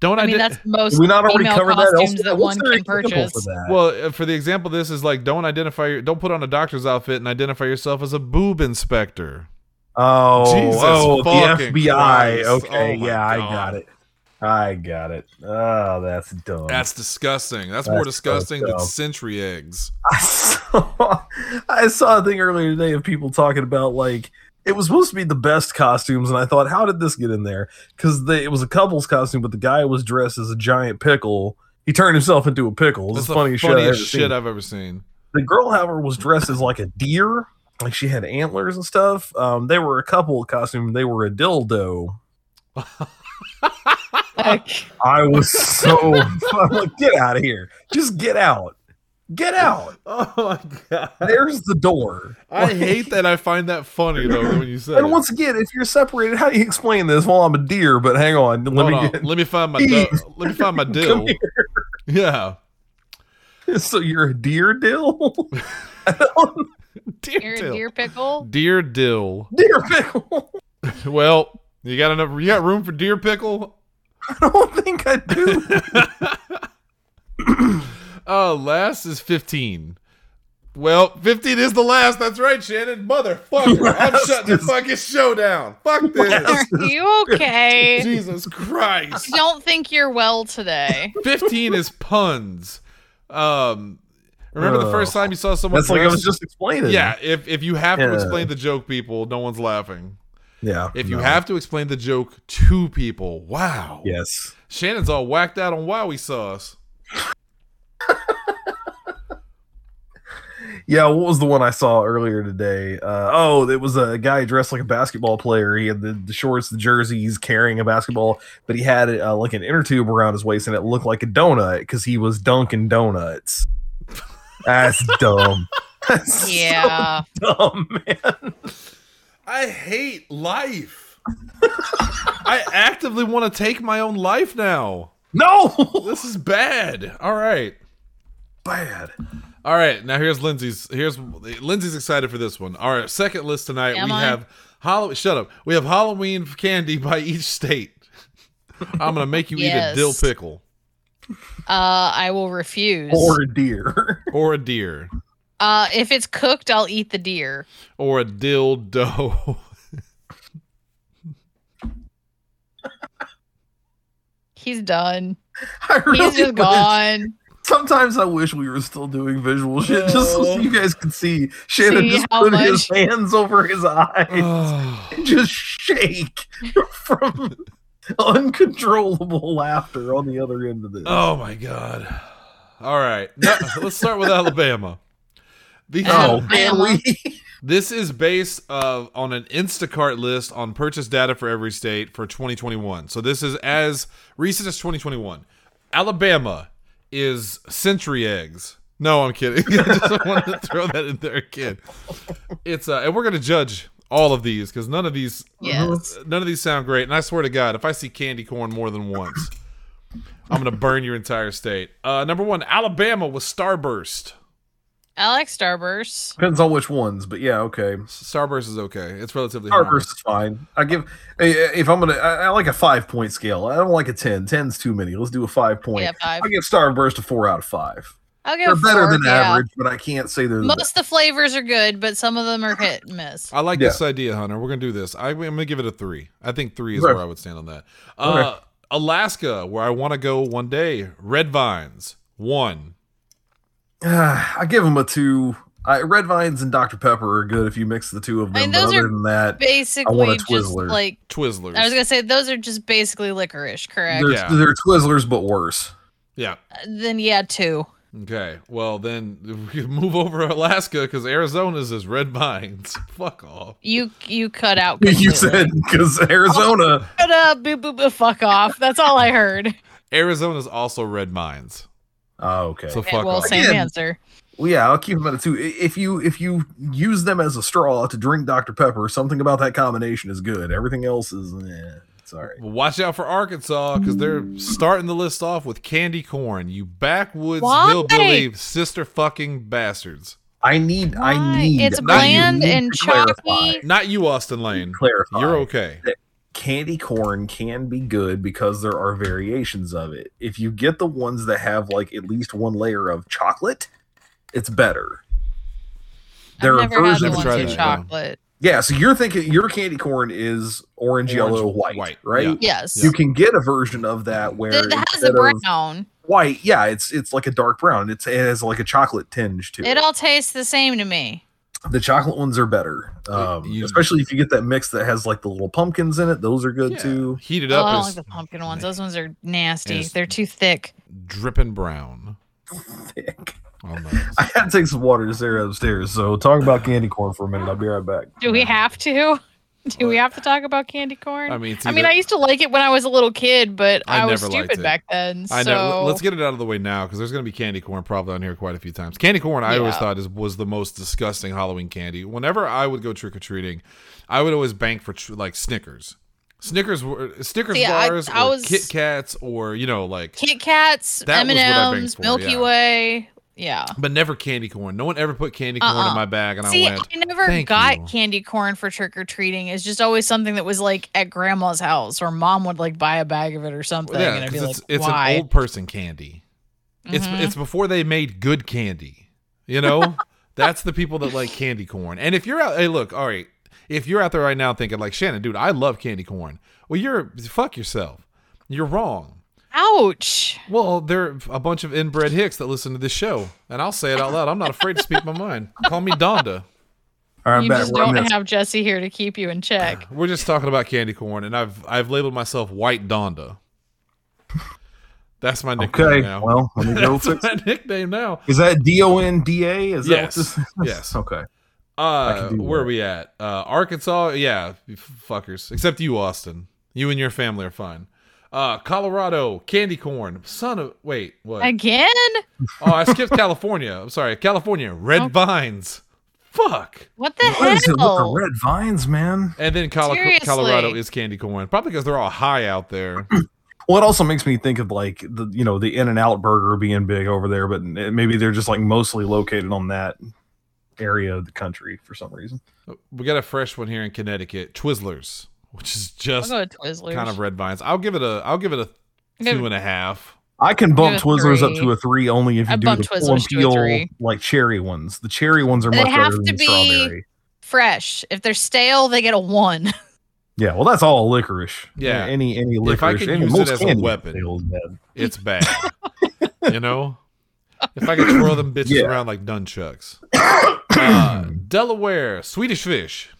[SPEAKER 1] don't
[SPEAKER 3] I mean,
[SPEAKER 1] ident-
[SPEAKER 3] that's most
[SPEAKER 2] Did we not already
[SPEAKER 3] female
[SPEAKER 2] cover that?
[SPEAKER 3] costumes
[SPEAKER 2] elsewhere?
[SPEAKER 3] that
[SPEAKER 2] What's
[SPEAKER 3] one
[SPEAKER 2] their
[SPEAKER 3] can
[SPEAKER 2] example
[SPEAKER 3] purchase.
[SPEAKER 2] for that?
[SPEAKER 1] Well, uh, for the example, this is like don't identify your, don't put on a doctor's outfit and identify yourself as a boob inspector.
[SPEAKER 2] Oh,
[SPEAKER 1] Jesus
[SPEAKER 2] oh, the
[SPEAKER 1] fucking
[SPEAKER 2] FBI.
[SPEAKER 1] Christ.
[SPEAKER 2] Okay,
[SPEAKER 1] Oh my
[SPEAKER 2] yeah, I
[SPEAKER 1] God.
[SPEAKER 2] got it. I got it. Oh, that's dumb.
[SPEAKER 1] That's disgusting. That's, more
[SPEAKER 2] That's so
[SPEAKER 1] disgusting than
[SPEAKER 2] dumb.
[SPEAKER 1] century eggs.
[SPEAKER 2] I saw, I saw a thing earlier today of people talking about like it was supposed to be the best costumes, and I thought, how did this get in there? Because it was a couple's costume, but the guy was dressed as a giant pickle. He turned himself into a pickle. It was
[SPEAKER 1] That's
[SPEAKER 2] the
[SPEAKER 1] the
[SPEAKER 2] funniest, shit, I've
[SPEAKER 1] funniest
[SPEAKER 2] ever
[SPEAKER 1] shit
[SPEAKER 2] seen.
[SPEAKER 1] I've ever seen.
[SPEAKER 2] the girl, however, was dressed as like a deer. Like she had antlers and stuff. Um, they were a couple costume. They were a dildo.
[SPEAKER 3] Like,
[SPEAKER 2] I was so I'm like, get out of here. Just get out. Get out.
[SPEAKER 1] Oh my god!
[SPEAKER 2] There's the door.
[SPEAKER 1] I hate that. I find that funny though when you say.
[SPEAKER 2] And
[SPEAKER 1] it.
[SPEAKER 2] once again, if you're separated, how do you explain this? Well, I'm a deer, but hang on. Let
[SPEAKER 1] Hold
[SPEAKER 2] me
[SPEAKER 1] on,
[SPEAKER 2] get
[SPEAKER 1] let me find my do- let me find my
[SPEAKER 2] come
[SPEAKER 1] dill. Yeah,
[SPEAKER 2] here. So you're a deer dill?
[SPEAKER 1] deer
[SPEAKER 3] you're a
[SPEAKER 1] dill.
[SPEAKER 3] deer pickle.
[SPEAKER 1] Deer dill.
[SPEAKER 2] deer pickle.
[SPEAKER 1] Well, you got enough. You got room for deer pickle.
[SPEAKER 2] I don't think I do.
[SPEAKER 1] Uh, last is 15. Well, 15 is the last. That's right, Shannon. Motherfucker. I'm
[SPEAKER 2] Last
[SPEAKER 1] shutting the
[SPEAKER 2] is-
[SPEAKER 1] fucking show down. Fuck this.
[SPEAKER 3] Are you okay?
[SPEAKER 1] Jesus Christ.
[SPEAKER 3] I don't think you're well today.
[SPEAKER 1] 15 is puns. Um, remember the
[SPEAKER 2] Oh.
[SPEAKER 1] first time you saw someone
[SPEAKER 2] That's like I was
[SPEAKER 1] dressed-
[SPEAKER 2] just explaining.
[SPEAKER 1] Yeah, if, if you have to
[SPEAKER 2] Yeah.
[SPEAKER 1] explain the joke, people, no one's laughing.
[SPEAKER 2] Yeah.
[SPEAKER 1] If you
[SPEAKER 2] No.
[SPEAKER 1] have to explain the joke to people, wow.
[SPEAKER 2] Yes.
[SPEAKER 1] Shannon's all whacked out on Wowie sauce.
[SPEAKER 2] Yeah, what was the one I saw earlier today? Uh, oh, it was a guy dressed like a basketball player. He had the, the shorts, the jerseys, carrying a basketball, but he had uh, like an inner tube around his waist, and it looked like a donut because he was dunking donuts. That's dumb. That's
[SPEAKER 3] Yeah.
[SPEAKER 2] so dumb, man.
[SPEAKER 1] I hate life. I actively want to take my own life now.
[SPEAKER 2] No,
[SPEAKER 1] This is bad. All right.
[SPEAKER 2] bad.
[SPEAKER 1] All right, now here's Lindsay's. Here's Lindsay's excited for this one. All right, second list tonight.
[SPEAKER 3] Am
[SPEAKER 1] we
[SPEAKER 3] I?
[SPEAKER 1] have Halloween. Shut up. We have Halloween candy by each state. I'm gonna make you eat a
[SPEAKER 3] Yes.
[SPEAKER 1] dill pickle
[SPEAKER 3] Uh, I will refuse.
[SPEAKER 2] Or deer.
[SPEAKER 1] or a deer
[SPEAKER 3] Uh, if it's cooked, I'll eat the deer.
[SPEAKER 1] or a dildo.
[SPEAKER 3] He's done.
[SPEAKER 2] I really
[SPEAKER 3] He's just
[SPEAKER 2] wish-
[SPEAKER 3] gone.
[SPEAKER 2] Sometimes I wish we were still doing visual shit just so
[SPEAKER 1] Oh.
[SPEAKER 2] you guys could see Shannon
[SPEAKER 3] See
[SPEAKER 2] just
[SPEAKER 3] how
[SPEAKER 2] put his
[SPEAKER 3] much-
[SPEAKER 2] hands over his eyes
[SPEAKER 1] Oh
[SPEAKER 2] and just shake from uncontrollable laughter on the other end of this.
[SPEAKER 1] oh my god. All right, now, let's start with Alabama. The
[SPEAKER 2] oh,
[SPEAKER 3] Um,
[SPEAKER 2] man,
[SPEAKER 3] Alabama.
[SPEAKER 2] we
[SPEAKER 1] This is based uh, on an Instacart list on purchase data for every state for 2021. So this is as recent as 2021. Alabama is century eggs. No, I'm kidding. I just wanted to throw that in there again. It's uh, and we're gonna judge all of these because none of these
[SPEAKER 3] Yes.
[SPEAKER 1] none of these sound great. And I swear to God, if I see candy corn more than once, I'm gonna burn your entire state. Uh, number one, Alabama was Starburst.
[SPEAKER 3] I like Starburst.
[SPEAKER 2] depends on which ones, but yeah, okay.
[SPEAKER 1] Starburst is okay. It's relatively harmless.
[SPEAKER 2] Starburst is fine. I give i- if I'm gonna I, I like a five point scale. I don't like a 10. 10's too many. Let's do a five point.
[SPEAKER 3] Yeah, five.
[SPEAKER 2] I give Starburst a four out of five.
[SPEAKER 3] I'll give
[SPEAKER 2] They're
[SPEAKER 3] it
[SPEAKER 2] better
[SPEAKER 3] four,
[SPEAKER 2] than
[SPEAKER 3] yeah.
[SPEAKER 2] average, but I can't say they're the
[SPEAKER 3] Most of the flavors are good, but some of them are hit and miss.
[SPEAKER 1] I like
[SPEAKER 2] Yeah.
[SPEAKER 1] this idea, Hunter. We're gonna do this. I, am gonna give it a three. I think three is
[SPEAKER 2] Okay.
[SPEAKER 1] where I would stand on that. Uh, Alaska, where I want to go one day. Red vines, one.
[SPEAKER 2] Uh, I give them a two. I, Red Vines and Dr. Pepper are good if you mix the two of them.
[SPEAKER 3] And
[SPEAKER 2] but
[SPEAKER 3] those
[SPEAKER 2] other
[SPEAKER 3] are
[SPEAKER 2] than that,
[SPEAKER 3] Basically, just
[SPEAKER 2] Twizzler.
[SPEAKER 3] like
[SPEAKER 1] Twizzlers.
[SPEAKER 3] I was gonna say, those are just basically licorice, correct?
[SPEAKER 2] they're,
[SPEAKER 1] Yeah.
[SPEAKER 2] they're Twizzlers but worse.
[SPEAKER 1] yeah.
[SPEAKER 3] Then yeah, two.
[SPEAKER 1] Okay. Well, then we can move over to Alaska because Arizona's is red vines. Fuck off.
[SPEAKER 3] You you cut out.
[SPEAKER 2] You
[SPEAKER 3] completely.
[SPEAKER 2] said because Arizona.
[SPEAKER 3] Shut up, boop, boop, boop, fuck off. That's all I heard.
[SPEAKER 1] Arizona's also red mines.
[SPEAKER 2] Oh, okay.
[SPEAKER 1] So
[SPEAKER 3] Okay,
[SPEAKER 1] fuck
[SPEAKER 3] well,
[SPEAKER 1] off.
[SPEAKER 3] same
[SPEAKER 2] Again.
[SPEAKER 3] answer.
[SPEAKER 2] Well, yeah, I'll keep them at a two. I- If you if you use them as a straw to drink Dr. Pepper, something about that combination is good. Everything else is eh, it's all right.
[SPEAKER 1] Well, Watch out for Arkansas because they're starting the list off with candy corn. You backwoods
[SPEAKER 3] Why?
[SPEAKER 1] hillbilly sister fucking bastards.
[SPEAKER 2] I need I
[SPEAKER 3] Why?
[SPEAKER 2] need
[SPEAKER 3] It's
[SPEAKER 2] I
[SPEAKER 3] bland
[SPEAKER 2] need
[SPEAKER 3] and
[SPEAKER 2] to clarify.
[SPEAKER 3] chalky.
[SPEAKER 1] Not you, Austin Lane.
[SPEAKER 2] Clarify.
[SPEAKER 1] You're okay.
[SPEAKER 2] candy corn can be good because there are variations of it. If you get the ones that have like at least one layer of chocolate, it's better. There
[SPEAKER 3] I've never had the
[SPEAKER 1] versions-
[SPEAKER 3] ones
[SPEAKER 1] Try
[SPEAKER 3] with
[SPEAKER 1] that, yeah.
[SPEAKER 3] chocolate.
[SPEAKER 2] Yeah, so you're thinking your candy corn is orange, yellow, white,
[SPEAKER 1] white,
[SPEAKER 2] right?
[SPEAKER 1] yeah.
[SPEAKER 3] Yes,
[SPEAKER 2] You can get a version of that where
[SPEAKER 3] Th- that has
[SPEAKER 2] instead
[SPEAKER 3] a
[SPEAKER 2] of
[SPEAKER 3] brown.
[SPEAKER 2] white, yeah, it's it's like a dark brown. It's it has like a chocolate tinge to it.
[SPEAKER 3] It all tastes the same to me.
[SPEAKER 2] the chocolate ones are better, um,
[SPEAKER 1] you-
[SPEAKER 2] especially if you get that mix that has like the little pumpkins in it. Those are good
[SPEAKER 1] Yeah.
[SPEAKER 2] too.
[SPEAKER 1] Heat it
[SPEAKER 3] Oh, I
[SPEAKER 1] up
[SPEAKER 3] don't
[SPEAKER 1] is
[SPEAKER 3] like the pumpkin ones. Those ones are nasty.
[SPEAKER 1] Yes.
[SPEAKER 3] They're too thick.
[SPEAKER 1] dripping brown.
[SPEAKER 2] Thick.
[SPEAKER 1] Oh, nice.
[SPEAKER 2] I had to take some water to Sarah upstairs. So talk about candy corn for a minute. I'll be right back.
[SPEAKER 3] Do we have to? Do we have to talk about candy corn?
[SPEAKER 1] I mean, it's
[SPEAKER 3] I mean,
[SPEAKER 1] either-
[SPEAKER 3] I used to like it when I was a little kid, but
[SPEAKER 1] I
[SPEAKER 3] I, was
[SPEAKER 1] never liked
[SPEAKER 3] stupid
[SPEAKER 1] it.
[SPEAKER 3] back then. So
[SPEAKER 1] I know. Let's get it out of the way now because there's going to be candy corn probably on here quite a few times. Candy corn, I always
[SPEAKER 3] Yeah.
[SPEAKER 1] thought is was the most disgusting Halloween candy. Whenever I would go trick or treating, I would always bank for tr- like Snickers, Snickers, were, Snickers
[SPEAKER 3] See, I-
[SPEAKER 1] bars,
[SPEAKER 3] I
[SPEAKER 1] or
[SPEAKER 3] was-
[SPEAKER 1] Kit Kats, or you know like,
[SPEAKER 3] Kit Kats,
[SPEAKER 1] That
[SPEAKER 3] M
[SPEAKER 1] was
[SPEAKER 3] and
[SPEAKER 1] what I banged
[SPEAKER 3] M's,
[SPEAKER 1] for,
[SPEAKER 3] Milky
[SPEAKER 1] yeah.
[SPEAKER 3] Way. Yeah.
[SPEAKER 1] but never candy corn. No one ever put candy corn
[SPEAKER 3] Uh-uh.
[SPEAKER 1] in my bag, and
[SPEAKER 3] See,
[SPEAKER 1] I
[SPEAKER 3] I,
[SPEAKER 1] went.
[SPEAKER 3] never
[SPEAKER 1] "Thank
[SPEAKER 3] got
[SPEAKER 1] you."
[SPEAKER 3] candy corn for trick or treating. It's just always something that was like at grandma's house, or mom would like buy a bag of it or something,
[SPEAKER 1] Yeah,
[SPEAKER 3] and I'd
[SPEAKER 1] 'cause
[SPEAKER 3] be like,
[SPEAKER 1] it's, it's
[SPEAKER 3] "Why?"
[SPEAKER 1] an old person candy. It's
[SPEAKER 3] Mhm.
[SPEAKER 1] it's before they made good candy. You know, that's the people that like candy corn. And if you're out, hey, look, all right, if you're out there right now thinking like Shannon, dude, I love candy corn. Well, you're fuck yourself. You're wrong.
[SPEAKER 3] Ouch!
[SPEAKER 1] Well, they're a bunch of inbred hicks that listen to this show, and I'll say it out loud. I'm not afraid to speak my mind. Call me Donda.
[SPEAKER 2] All right, I'm
[SPEAKER 3] you
[SPEAKER 2] back.
[SPEAKER 3] just
[SPEAKER 2] We're on
[SPEAKER 3] don't
[SPEAKER 2] this.
[SPEAKER 3] have Jesse here to keep you in check.
[SPEAKER 1] We're just talking about candy corn, and I've I've labeled myself White Donda. That's my nickname
[SPEAKER 2] Okay.
[SPEAKER 1] now.
[SPEAKER 2] Well, let me go
[SPEAKER 1] That's
[SPEAKER 2] fix.
[SPEAKER 1] my nickname now.
[SPEAKER 2] Is that D O N D A? Is
[SPEAKER 1] Yes.
[SPEAKER 2] that what this is?
[SPEAKER 1] Yes.
[SPEAKER 2] Okay.
[SPEAKER 1] Uh,
[SPEAKER 2] can do
[SPEAKER 1] where
[SPEAKER 2] that.
[SPEAKER 1] are we at? Uh, Arkansas. Yeah, you f- fuckers. Except you, Austin. You and your family are fine. Uh, Colorado, candy corn. Son of wait, what?
[SPEAKER 3] Again?
[SPEAKER 1] oh, I skipped California. I'm sorry, California. Red
[SPEAKER 3] Oh.
[SPEAKER 1] vines. Fuck.
[SPEAKER 3] What the
[SPEAKER 2] What is it with the
[SPEAKER 3] hell?
[SPEAKER 2] red vines, man?
[SPEAKER 1] And then Colo-
[SPEAKER 3] Seriously.
[SPEAKER 1] Colorado is candy corn. Probably because they're all high out there.
[SPEAKER 2] Well, it also makes me think of like the you know the In and Out Burger being big over there, but maybe they're just like mostly located on that area of the country for some reason.
[SPEAKER 1] we got a fresh one here in Connecticut. Twizzlers, which is
[SPEAKER 3] I'll
[SPEAKER 1] just
[SPEAKER 3] go with Twizzlers.
[SPEAKER 1] kind of red vines. I'll give it a. I'll give it a
[SPEAKER 3] Give-
[SPEAKER 1] two and a half.
[SPEAKER 2] I can bump
[SPEAKER 3] a
[SPEAKER 2] Twizzlers up
[SPEAKER 3] three.
[SPEAKER 2] to a three only if you
[SPEAKER 3] I
[SPEAKER 2] do
[SPEAKER 3] bump
[SPEAKER 2] the full
[SPEAKER 3] Twizzlers
[SPEAKER 2] and
[SPEAKER 3] to a
[SPEAKER 2] peel
[SPEAKER 3] three.
[SPEAKER 2] like cherry ones. The cherry ones are
[SPEAKER 3] They
[SPEAKER 2] much
[SPEAKER 3] have
[SPEAKER 2] better
[SPEAKER 3] to
[SPEAKER 2] than
[SPEAKER 3] be-
[SPEAKER 2] strawberry.
[SPEAKER 3] Fresh. If they're stale, they get a one.
[SPEAKER 2] Yeah, well, that's all licorice.
[SPEAKER 1] Yeah.
[SPEAKER 2] any any licorice.
[SPEAKER 1] If I could
[SPEAKER 2] any-
[SPEAKER 1] use it
[SPEAKER 2] most
[SPEAKER 1] as a
[SPEAKER 2] candy is
[SPEAKER 1] weapon.
[SPEAKER 2] sealed, man.
[SPEAKER 1] It's bad. you know? If I could twirl them bitches
[SPEAKER 2] Yeah.
[SPEAKER 1] around like nunchucks. Uh, Delaware, Swedish fish.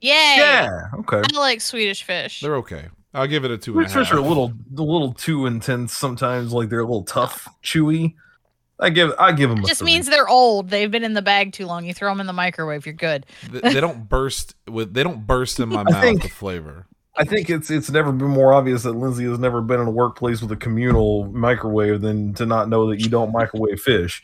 [SPEAKER 3] Yay.
[SPEAKER 2] Yeah. Okay.
[SPEAKER 3] I like Swedish fish.
[SPEAKER 1] They're okay. I'll give it a two and a
[SPEAKER 2] Which
[SPEAKER 1] half.
[SPEAKER 2] fish are a little a little too intense sometimes. Like they're a little tough, chewy. I give I give them.
[SPEAKER 3] It just
[SPEAKER 2] a
[SPEAKER 3] means they're old. They've been in the bag too long. You throw them in the microwave, you're good.
[SPEAKER 1] Th- they don't burst with they don't burst in my mouth
[SPEAKER 2] think-
[SPEAKER 1] with flavor.
[SPEAKER 2] I think it's it's never been more obvious that Lindsay has never been in a workplace with a communal microwave than to not know that you don't microwave fish.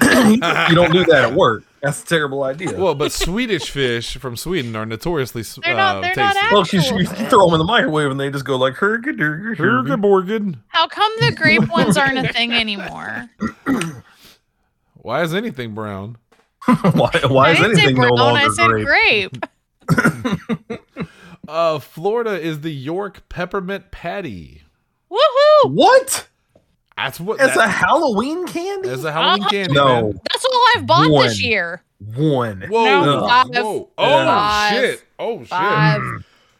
[SPEAKER 2] you don't do that at work. That's a terrible idea. Well,
[SPEAKER 1] Well, but Swedish fish from Sweden are notoriously s-
[SPEAKER 3] They're not-
[SPEAKER 1] uh,
[SPEAKER 3] they're not
[SPEAKER 1] tasty.
[SPEAKER 3] act-
[SPEAKER 2] 'cause you, you throw them in the microwave and they just go like "Hurgadurgadurga."
[SPEAKER 1] Hurgeborgen.
[SPEAKER 3] How come the grape ones aren't a thing anymore?
[SPEAKER 1] Why is anything brown?
[SPEAKER 2] why, why
[SPEAKER 3] I
[SPEAKER 2] is
[SPEAKER 3] didn't say
[SPEAKER 2] anything no
[SPEAKER 3] brown, I
[SPEAKER 2] longer
[SPEAKER 3] said
[SPEAKER 2] great?
[SPEAKER 3] grape.
[SPEAKER 1] Uh, Florida is the York peppermint patty.
[SPEAKER 3] Woohoo!
[SPEAKER 2] What?
[SPEAKER 1] That's what
[SPEAKER 2] As a
[SPEAKER 1] that-
[SPEAKER 2] Halloween candy?
[SPEAKER 1] as a Halloween
[SPEAKER 3] Uh,
[SPEAKER 1] candy.
[SPEAKER 2] no,
[SPEAKER 1] man.
[SPEAKER 3] That's all I've bought
[SPEAKER 2] One.
[SPEAKER 3] this year.
[SPEAKER 2] one.
[SPEAKER 1] Whoa.
[SPEAKER 3] No,
[SPEAKER 1] Ugh.
[SPEAKER 3] five.
[SPEAKER 1] Whoa. Oh
[SPEAKER 3] Five.
[SPEAKER 1] shit. Oh shit.
[SPEAKER 3] Five.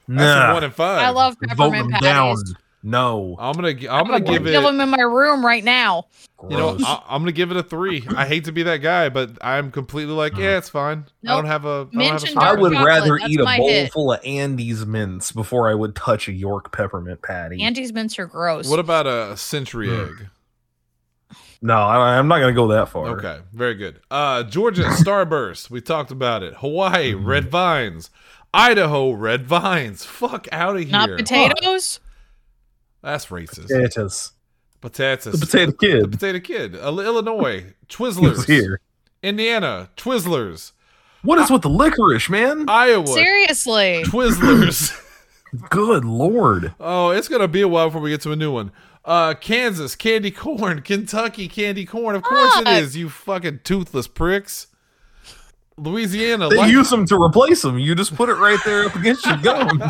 [SPEAKER 1] That's a
[SPEAKER 2] Nah.
[SPEAKER 1] one and five.
[SPEAKER 3] I love
[SPEAKER 2] Vote them
[SPEAKER 3] peppermint
[SPEAKER 2] down.
[SPEAKER 3] patties.
[SPEAKER 2] No.
[SPEAKER 1] I'm gonna. gi- I'm gonna
[SPEAKER 3] I
[SPEAKER 1] give it.
[SPEAKER 3] them in my room right now.
[SPEAKER 1] You know,
[SPEAKER 2] Gross.
[SPEAKER 1] I, I'm gonna give it a three. I hate to be that guy, but I'm completely
[SPEAKER 2] Mm.
[SPEAKER 1] like, yeah, it's fine. I don't
[SPEAKER 3] Nope.
[SPEAKER 1] have a. I don't have
[SPEAKER 3] Mint
[SPEAKER 1] a
[SPEAKER 3] and
[SPEAKER 1] favorite.
[SPEAKER 2] I
[SPEAKER 3] dark
[SPEAKER 2] would
[SPEAKER 3] chocolate,
[SPEAKER 2] rather
[SPEAKER 3] that's
[SPEAKER 2] eat a
[SPEAKER 3] my
[SPEAKER 2] bowl
[SPEAKER 3] hit.
[SPEAKER 2] full of Andes mints before I would touch a York peppermint patty.
[SPEAKER 3] Auntie's mints are gross.
[SPEAKER 1] What about a century
[SPEAKER 2] Mm.
[SPEAKER 1] egg?
[SPEAKER 2] no, I, I'm not going to go that far.
[SPEAKER 1] Okay, very good. Uh, Georgia Starburst. We talked about it. Hawaii
[SPEAKER 2] Mm-hmm.
[SPEAKER 1] Red Vines. Idaho Red Vines. Fuck out of here.
[SPEAKER 3] Not potatoes?
[SPEAKER 1] That's racist.
[SPEAKER 2] Potatoes.
[SPEAKER 1] Potatoes.
[SPEAKER 2] The potato
[SPEAKER 1] The
[SPEAKER 2] kid
[SPEAKER 1] potato kid. Uh, Illinois
[SPEAKER 2] is
[SPEAKER 1] Twizzlers.
[SPEAKER 2] here.
[SPEAKER 1] Indiana Twizzlers.
[SPEAKER 2] What is with the licorice, man?
[SPEAKER 1] Iowa
[SPEAKER 3] Seriously.
[SPEAKER 1] Twizzlers.
[SPEAKER 2] Good lord.
[SPEAKER 1] Oh, it's gonna be a while before we get to a new one. Uh, Kansas candy corn, Kentucky candy corn. Of course it
[SPEAKER 3] Fuck.
[SPEAKER 1] is. You fucking toothless pricks. Louisiana,
[SPEAKER 2] They
[SPEAKER 1] li-
[SPEAKER 2] use them to replace them. You just put it right there up against your gum.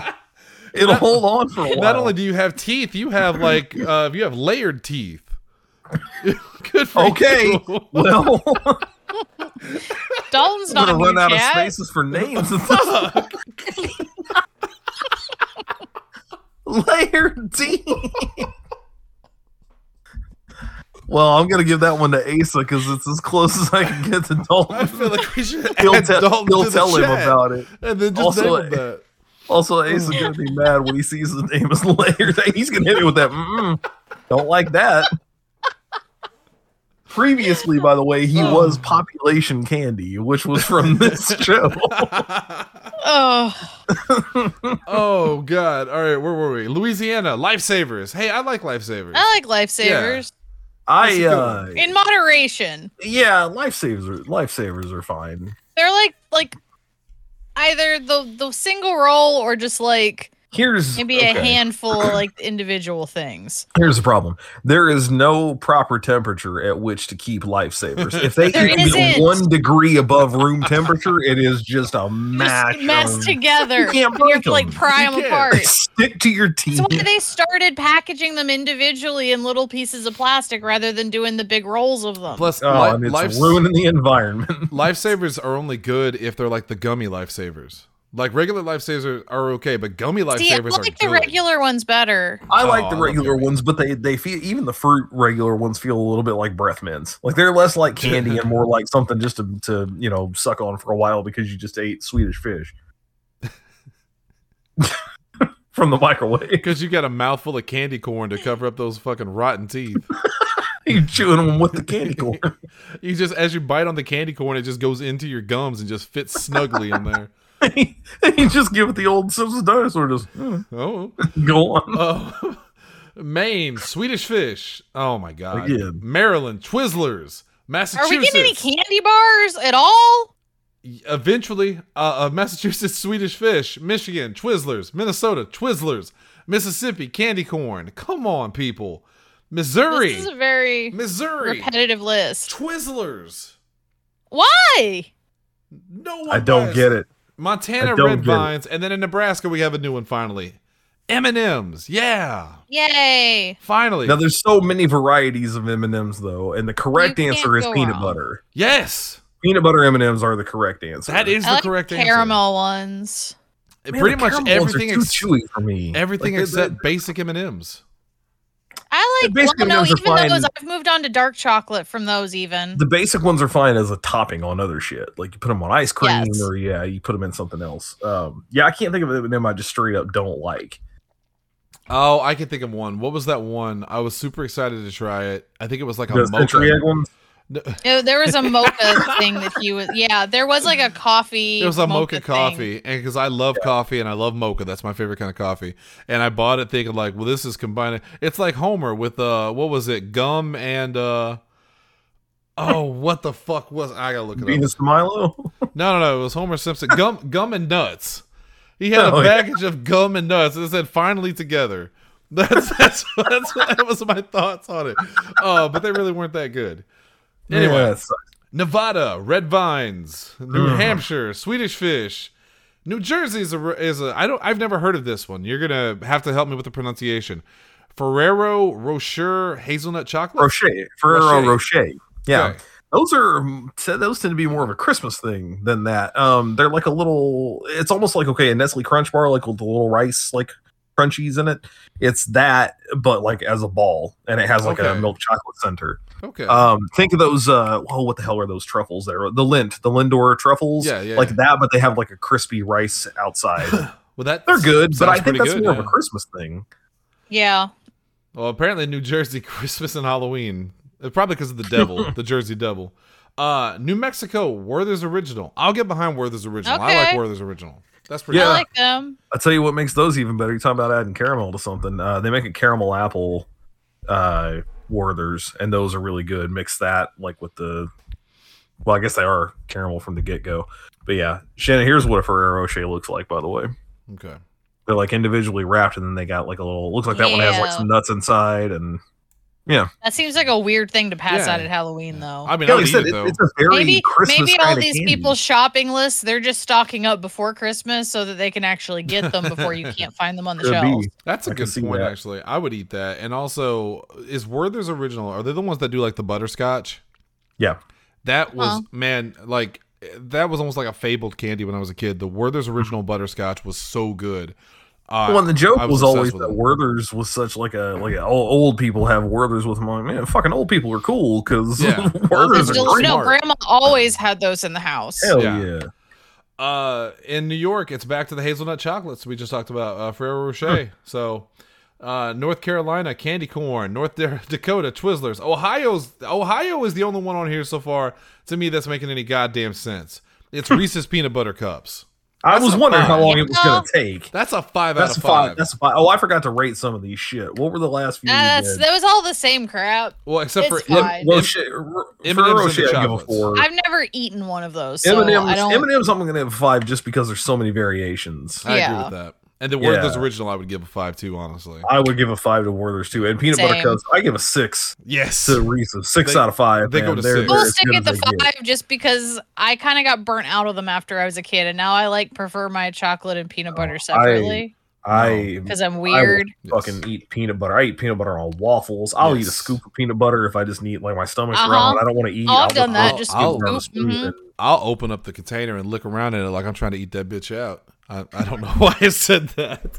[SPEAKER 2] It'll hold on for a while.
[SPEAKER 1] not only do you have teeth, you have like uh, you have layered teeth. Good for
[SPEAKER 2] Okay.
[SPEAKER 1] you.
[SPEAKER 2] Well, we're
[SPEAKER 3] Dalton's not
[SPEAKER 2] gonna
[SPEAKER 3] in
[SPEAKER 2] run out of
[SPEAKER 3] chat.
[SPEAKER 2] spaces for names. Layer D. well, I'm gonna give that one to Asa because it's as close as I can get to
[SPEAKER 1] I
[SPEAKER 2] Dalton.
[SPEAKER 1] feel like we should
[SPEAKER 2] He'll,
[SPEAKER 1] add
[SPEAKER 2] te-
[SPEAKER 1] Dalton
[SPEAKER 2] he'll
[SPEAKER 1] to the
[SPEAKER 2] tell him
[SPEAKER 1] chat
[SPEAKER 2] about it.
[SPEAKER 1] and then just
[SPEAKER 2] Also,
[SPEAKER 1] name him that.
[SPEAKER 2] Also, Ace is gonna be mad when he sees the name is layered. He's gonna hit it with that. Mm, don't like that. Previously, by the way, he
[SPEAKER 1] Oh.
[SPEAKER 2] was population candy, which was from this show.
[SPEAKER 3] Oh,
[SPEAKER 1] oh God! All right, where were we? Louisiana lifesavers. Hey, I like lifesavers.
[SPEAKER 3] I like lifesavers.
[SPEAKER 1] That's a
[SPEAKER 2] I
[SPEAKER 1] good
[SPEAKER 2] uh,
[SPEAKER 3] In moderation.
[SPEAKER 2] yeah, lifesavers are lifesavers are fine.
[SPEAKER 3] They're like like either the the single roll or just like
[SPEAKER 2] Here's
[SPEAKER 3] maybe a
[SPEAKER 2] okay.
[SPEAKER 3] handful of like individual things.
[SPEAKER 2] Here's the problem. There is no proper temperature at which to keep lifesavers. If they
[SPEAKER 3] There
[SPEAKER 2] even be
[SPEAKER 3] isn't.
[SPEAKER 2] one degree above room temperature, it is just a mash.
[SPEAKER 3] Just messed
[SPEAKER 2] of- You
[SPEAKER 3] together.
[SPEAKER 2] can't
[SPEAKER 3] You have
[SPEAKER 2] break
[SPEAKER 3] to like
[SPEAKER 2] them.
[SPEAKER 3] pry
[SPEAKER 1] You
[SPEAKER 3] them
[SPEAKER 1] can't.
[SPEAKER 3] apart.
[SPEAKER 2] Stick to your teeth.
[SPEAKER 3] That's why they started packaging them individually in little pieces of plastic rather than doing the big rolls of them.
[SPEAKER 1] Plus,
[SPEAKER 2] Oh,
[SPEAKER 1] li-
[SPEAKER 2] and it's
[SPEAKER 1] lifes-
[SPEAKER 2] ruining the environment.
[SPEAKER 1] lifesavers are only good if they're like the gummy lifesavers. Like regular lifesavers are okay, but gummy lifesavers
[SPEAKER 3] See, I
[SPEAKER 1] are
[SPEAKER 3] like the
[SPEAKER 1] good.
[SPEAKER 3] regular ones better.
[SPEAKER 2] I
[SPEAKER 1] Oh, I
[SPEAKER 2] like the
[SPEAKER 1] love
[SPEAKER 2] regular
[SPEAKER 1] gummies.
[SPEAKER 2] ones, but they they feel even the fruit regular ones feel a little bit like breath mints. Like they're less like candy and more like something just to to you know suck on for a while because you just ate Swedish fish. from the microwave.
[SPEAKER 1] Because you got a mouthful of candy corn to cover up those fucking rotten teeth.
[SPEAKER 2] you chewing them with the candy corn.
[SPEAKER 1] You just, as you bite on the candy corn, it just goes into your gums and just fits snugly in there.
[SPEAKER 2] you just give it the old Simpsons dinosaur. Just mm,
[SPEAKER 1] Oh.
[SPEAKER 2] go on.
[SPEAKER 1] Uh, Maine, Swedish fish. Oh my God.
[SPEAKER 2] Again.
[SPEAKER 1] Maryland, Twizzlers,
[SPEAKER 3] Are we
[SPEAKER 1] Massachusetts.
[SPEAKER 3] getting any candy bars at all?
[SPEAKER 1] Eventually, uh, uh, Massachusetts, Swedish fish, Michigan, Twizzlers, Minnesota, Twizzlers, Mississippi, candy corn. Come on, people. Missouri,
[SPEAKER 3] This is a very
[SPEAKER 1] Missouri,
[SPEAKER 3] repetitive list.
[SPEAKER 1] Twizzlers.
[SPEAKER 3] Why?
[SPEAKER 1] No one
[SPEAKER 2] I don't
[SPEAKER 1] buys-
[SPEAKER 2] get it.
[SPEAKER 1] Montana
[SPEAKER 2] I don't
[SPEAKER 1] red
[SPEAKER 2] get it.
[SPEAKER 1] vines, and then in Nebraska we have a new one finally. M and M's, yeah,
[SPEAKER 3] Yay!
[SPEAKER 1] finally.
[SPEAKER 2] Now there's so many varieties of M and M's though, and the correct
[SPEAKER 3] You can't
[SPEAKER 2] answer is
[SPEAKER 3] go
[SPEAKER 2] peanut
[SPEAKER 3] wrong.
[SPEAKER 2] butter.
[SPEAKER 1] yes,
[SPEAKER 2] Peanut butter M and M's are the correct answer.
[SPEAKER 1] that is
[SPEAKER 3] I like
[SPEAKER 1] the correct
[SPEAKER 3] caramel ones.
[SPEAKER 1] answer.
[SPEAKER 2] Man,
[SPEAKER 1] Pretty
[SPEAKER 2] the
[SPEAKER 1] much
[SPEAKER 2] caramel ones are
[SPEAKER 1] everything,
[SPEAKER 2] too
[SPEAKER 1] ex-
[SPEAKER 2] chewy for me.
[SPEAKER 1] everything
[SPEAKER 2] Like, they-
[SPEAKER 1] except basic M and M's.
[SPEAKER 3] I like.
[SPEAKER 2] They're
[SPEAKER 3] Well,
[SPEAKER 2] basically
[SPEAKER 3] no,
[SPEAKER 2] those are
[SPEAKER 3] even those
[SPEAKER 2] fine.
[SPEAKER 3] I've moved on to dark chocolate from those. Even
[SPEAKER 2] the basic ones are fine as a topping on other shit. Like you put them on ice cream,
[SPEAKER 3] Yes.
[SPEAKER 2] or yeah, you put them in something else. Um, yeah, I can't think of an M I just straight up don't like.
[SPEAKER 1] Oh, I can think of one. What was that one? I was super excited to try it. I think it was like a
[SPEAKER 2] Those entry
[SPEAKER 1] mocha.
[SPEAKER 2] egg ones.
[SPEAKER 3] No, there was a mocha thing that he was. Yeah, there was like a coffee.
[SPEAKER 1] It was a mocha,
[SPEAKER 3] thing.
[SPEAKER 1] coffee, and because I love coffee and I love mocha, that's my favorite kind of coffee. And I bought it thinking like, well, this is combining. It's like Homer with uh, what was it, gum and uh, oh, what the fuck was I gotta look it up?
[SPEAKER 2] Venus de Milo.
[SPEAKER 1] No, no, no, it was Homer Simpson, gum, gum and nuts. He had
[SPEAKER 2] Oh,
[SPEAKER 1] a
[SPEAKER 2] yeah.
[SPEAKER 1] package of gum and nuts, and it said finally together. That's that's that's that was my thoughts on it. Uh, but they really weren't that good. Anyway,
[SPEAKER 2] Yeah, it sucks.
[SPEAKER 1] Nevada, red vines. New
[SPEAKER 2] Ugh.
[SPEAKER 1] Hampshire, Swedish fish. New Jersey is a is a I don't I've never heard of this one. You're gonna have to help me with the pronunciation. Ferrero Rocher hazelnut chocolate.
[SPEAKER 2] Rocher, Ferrero Rocher. Yeah,
[SPEAKER 1] Okay.
[SPEAKER 2] those are um, t- those tend to be more of a Christmas thing than that. Um, they're like a little. It's almost like okay, a Nestle Crunch bar, like with the little rice like crunchies in it. It's that, but like as a ball, and it has like a
[SPEAKER 1] Okay.
[SPEAKER 2] milk chocolate center.
[SPEAKER 1] Okay.
[SPEAKER 2] Um, think of those. Uh, oh, what the hell are those truffles? There, the Lind, the Lindor truffles.
[SPEAKER 1] Yeah, yeah,
[SPEAKER 2] like
[SPEAKER 1] yeah.
[SPEAKER 2] that, but they have like a crispy rice outside.
[SPEAKER 1] well, that
[SPEAKER 2] they're good, but
[SPEAKER 1] sounds
[SPEAKER 2] I think
[SPEAKER 1] pretty
[SPEAKER 2] that's
[SPEAKER 1] good,
[SPEAKER 2] more of
[SPEAKER 1] yeah.
[SPEAKER 2] a Christmas thing.
[SPEAKER 3] Yeah,
[SPEAKER 1] Well, apparently New Jersey Christmas and Halloween. Uh, Probably because of the devil, the Jersey Devil. Uh, New Mexico, Werther's Original. I'll get behind Werther's Original. I like
[SPEAKER 3] Okay.
[SPEAKER 1] Werther's Original. That's pretty
[SPEAKER 2] Yeah.
[SPEAKER 3] I
[SPEAKER 1] good.
[SPEAKER 3] like them.
[SPEAKER 2] I'll tell you what makes those even better. You're talking about adding caramel to something. Uh, they make a caramel apple uh, Werther's, and those are really good. Mix that like with the, well, I guess they are caramel from the get go. But yeah, Shannon, here's what a Ferrero Rocher looks like, by the way.
[SPEAKER 1] Okay.
[SPEAKER 2] They're like individually wrapped, and then they got like a little. Looks like that one has like
[SPEAKER 3] Yeah.
[SPEAKER 2] some nuts inside, and
[SPEAKER 3] That seems like a weird thing to pass
[SPEAKER 1] Yeah.
[SPEAKER 3] out at Halloween, though.
[SPEAKER 1] I mean,
[SPEAKER 2] Yeah,
[SPEAKER 1] I'll
[SPEAKER 2] like I
[SPEAKER 1] eat
[SPEAKER 2] said,
[SPEAKER 1] it
[SPEAKER 2] it-
[SPEAKER 1] though.
[SPEAKER 2] it's a very
[SPEAKER 3] maybe
[SPEAKER 2] Christmas
[SPEAKER 3] maybe all
[SPEAKER 2] kinda
[SPEAKER 3] these
[SPEAKER 2] candy.
[SPEAKER 3] people's shopping lists they're just stocking up before Christmas so that they can actually get them before you can't find them on the
[SPEAKER 2] Could be.
[SPEAKER 3] shelves.
[SPEAKER 1] That's a
[SPEAKER 2] I can
[SPEAKER 1] good
[SPEAKER 2] see
[SPEAKER 1] point,
[SPEAKER 2] that.
[SPEAKER 1] actually. I would eat that. And also, is Werther's original? Are they the ones that do like the butterscotch?
[SPEAKER 2] Yeah.
[SPEAKER 1] That was
[SPEAKER 3] Huh.
[SPEAKER 1] man, like that was almost like a fabled candy when I was a kid. The Werther's original butterscotch was so good. Uh,
[SPEAKER 2] Well, and Hmm. the joke
[SPEAKER 1] I was
[SPEAKER 2] was, always
[SPEAKER 1] obsessed with
[SPEAKER 2] that
[SPEAKER 1] them.
[SPEAKER 2] Werther's was such like a like a, all old people have Werther's with them. I'm like, man, fucking old people are cool because
[SPEAKER 1] Yeah.
[SPEAKER 2] Werther's
[SPEAKER 1] It's just-
[SPEAKER 2] are great.
[SPEAKER 3] Still-
[SPEAKER 1] smart.
[SPEAKER 3] no, grandma always had those in the house.
[SPEAKER 2] Hell
[SPEAKER 1] Yeah.
[SPEAKER 2] yeah.
[SPEAKER 1] uh, in New York, it's back to the hazelnut chocolates we just talked about, uh, Ferrero
[SPEAKER 2] Hmm.
[SPEAKER 1] Rocher. So, uh, North Carolina candy corn, North Da- Dakota Twizzlers, Ohio's Ohio is the only one on here so far to me that's making any goddamn sense. It's
[SPEAKER 2] Hmm.
[SPEAKER 1] Reese's peanut butter cups.
[SPEAKER 2] I
[SPEAKER 1] That's
[SPEAKER 2] was
[SPEAKER 1] a
[SPEAKER 2] wondering
[SPEAKER 1] five.
[SPEAKER 2] how long it was
[SPEAKER 3] Well,
[SPEAKER 2] gonna take.
[SPEAKER 1] That's a five
[SPEAKER 2] That's
[SPEAKER 1] out
[SPEAKER 2] a
[SPEAKER 1] of
[SPEAKER 2] five.
[SPEAKER 1] five.
[SPEAKER 2] That's a five. Oh, I forgot to rate some of these shit. What were the last few? we
[SPEAKER 3] Nah, that's,
[SPEAKER 2] did?
[SPEAKER 3] that was all the same crap.
[SPEAKER 1] well, except
[SPEAKER 3] It's
[SPEAKER 1] for
[SPEAKER 3] five.
[SPEAKER 2] Yeah, well,
[SPEAKER 1] M-
[SPEAKER 2] shit. R-
[SPEAKER 1] M&Ms
[SPEAKER 2] Ferrero
[SPEAKER 1] and the
[SPEAKER 2] Rocher, I give a
[SPEAKER 1] chocolates.
[SPEAKER 2] four.
[SPEAKER 3] I've never eaten one of those, so I
[SPEAKER 2] M&Ms,
[SPEAKER 3] don't.
[SPEAKER 2] M&Ms, I'm gonna have five just because there's so many variations.
[SPEAKER 1] I agree
[SPEAKER 3] Yeah.
[SPEAKER 1] with that. And the
[SPEAKER 2] Yeah.
[SPEAKER 1] Werther's original, I would give a five too, honestly.
[SPEAKER 2] I would give a five to Werther's too, and peanut butter
[SPEAKER 3] Same.
[SPEAKER 2] cups. I give a six
[SPEAKER 1] Yes,
[SPEAKER 2] to Reese's. Six
[SPEAKER 1] They-
[SPEAKER 2] out of five.
[SPEAKER 1] they go
[SPEAKER 2] man.
[SPEAKER 1] to
[SPEAKER 2] They're-
[SPEAKER 1] six.
[SPEAKER 2] they're
[SPEAKER 3] We'll
[SPEAKER 2] as
[SPEAKER 3] stick
[SPEAKER 2] good
[SPEAKER 3] at the
[SPEAKER 2] as they get.
[SPEAKER 3] five just because I kind of got burnt out of them after I was a kid, and now I like prefer my chocolate and peanut butter separately
[SPEAKER 2] Oh,
[SPEAKER 1] Oh.
[SPEAKER 2] I
[SPEAKER 3] because I'm weird.
[SPEAKER 1] Yes.
[SPEAKER 2] fucking eat peanut butter. I eat peanut butter on waffles. I'll eat a
[SPEAKER 1] Yes.
[SPEAKER 2] scoop of peanut butter if I just need like my stomach's
[SPEAKER 3] Uh-huh.
[SPEAKER 2] growling. I don't want to eat.
[SPEAKER 3] Oh, I've
[SPEAKER 2] I'll
[SPEAKER 3] done that,
[SPEAKER 2] I'll
[SPEAKER 1] just
[SPEAKER 2] scoop
[SPEAKER 1] scoop.
[SPEAKER 2] it on a spoon
[SPEAKER 3] Mhm.
[SPEAKER 2] and-
[SPEAKER 1] I'll open up the container and look around at it like I'm trying to eat that bitch out. I, I don't know why I said that.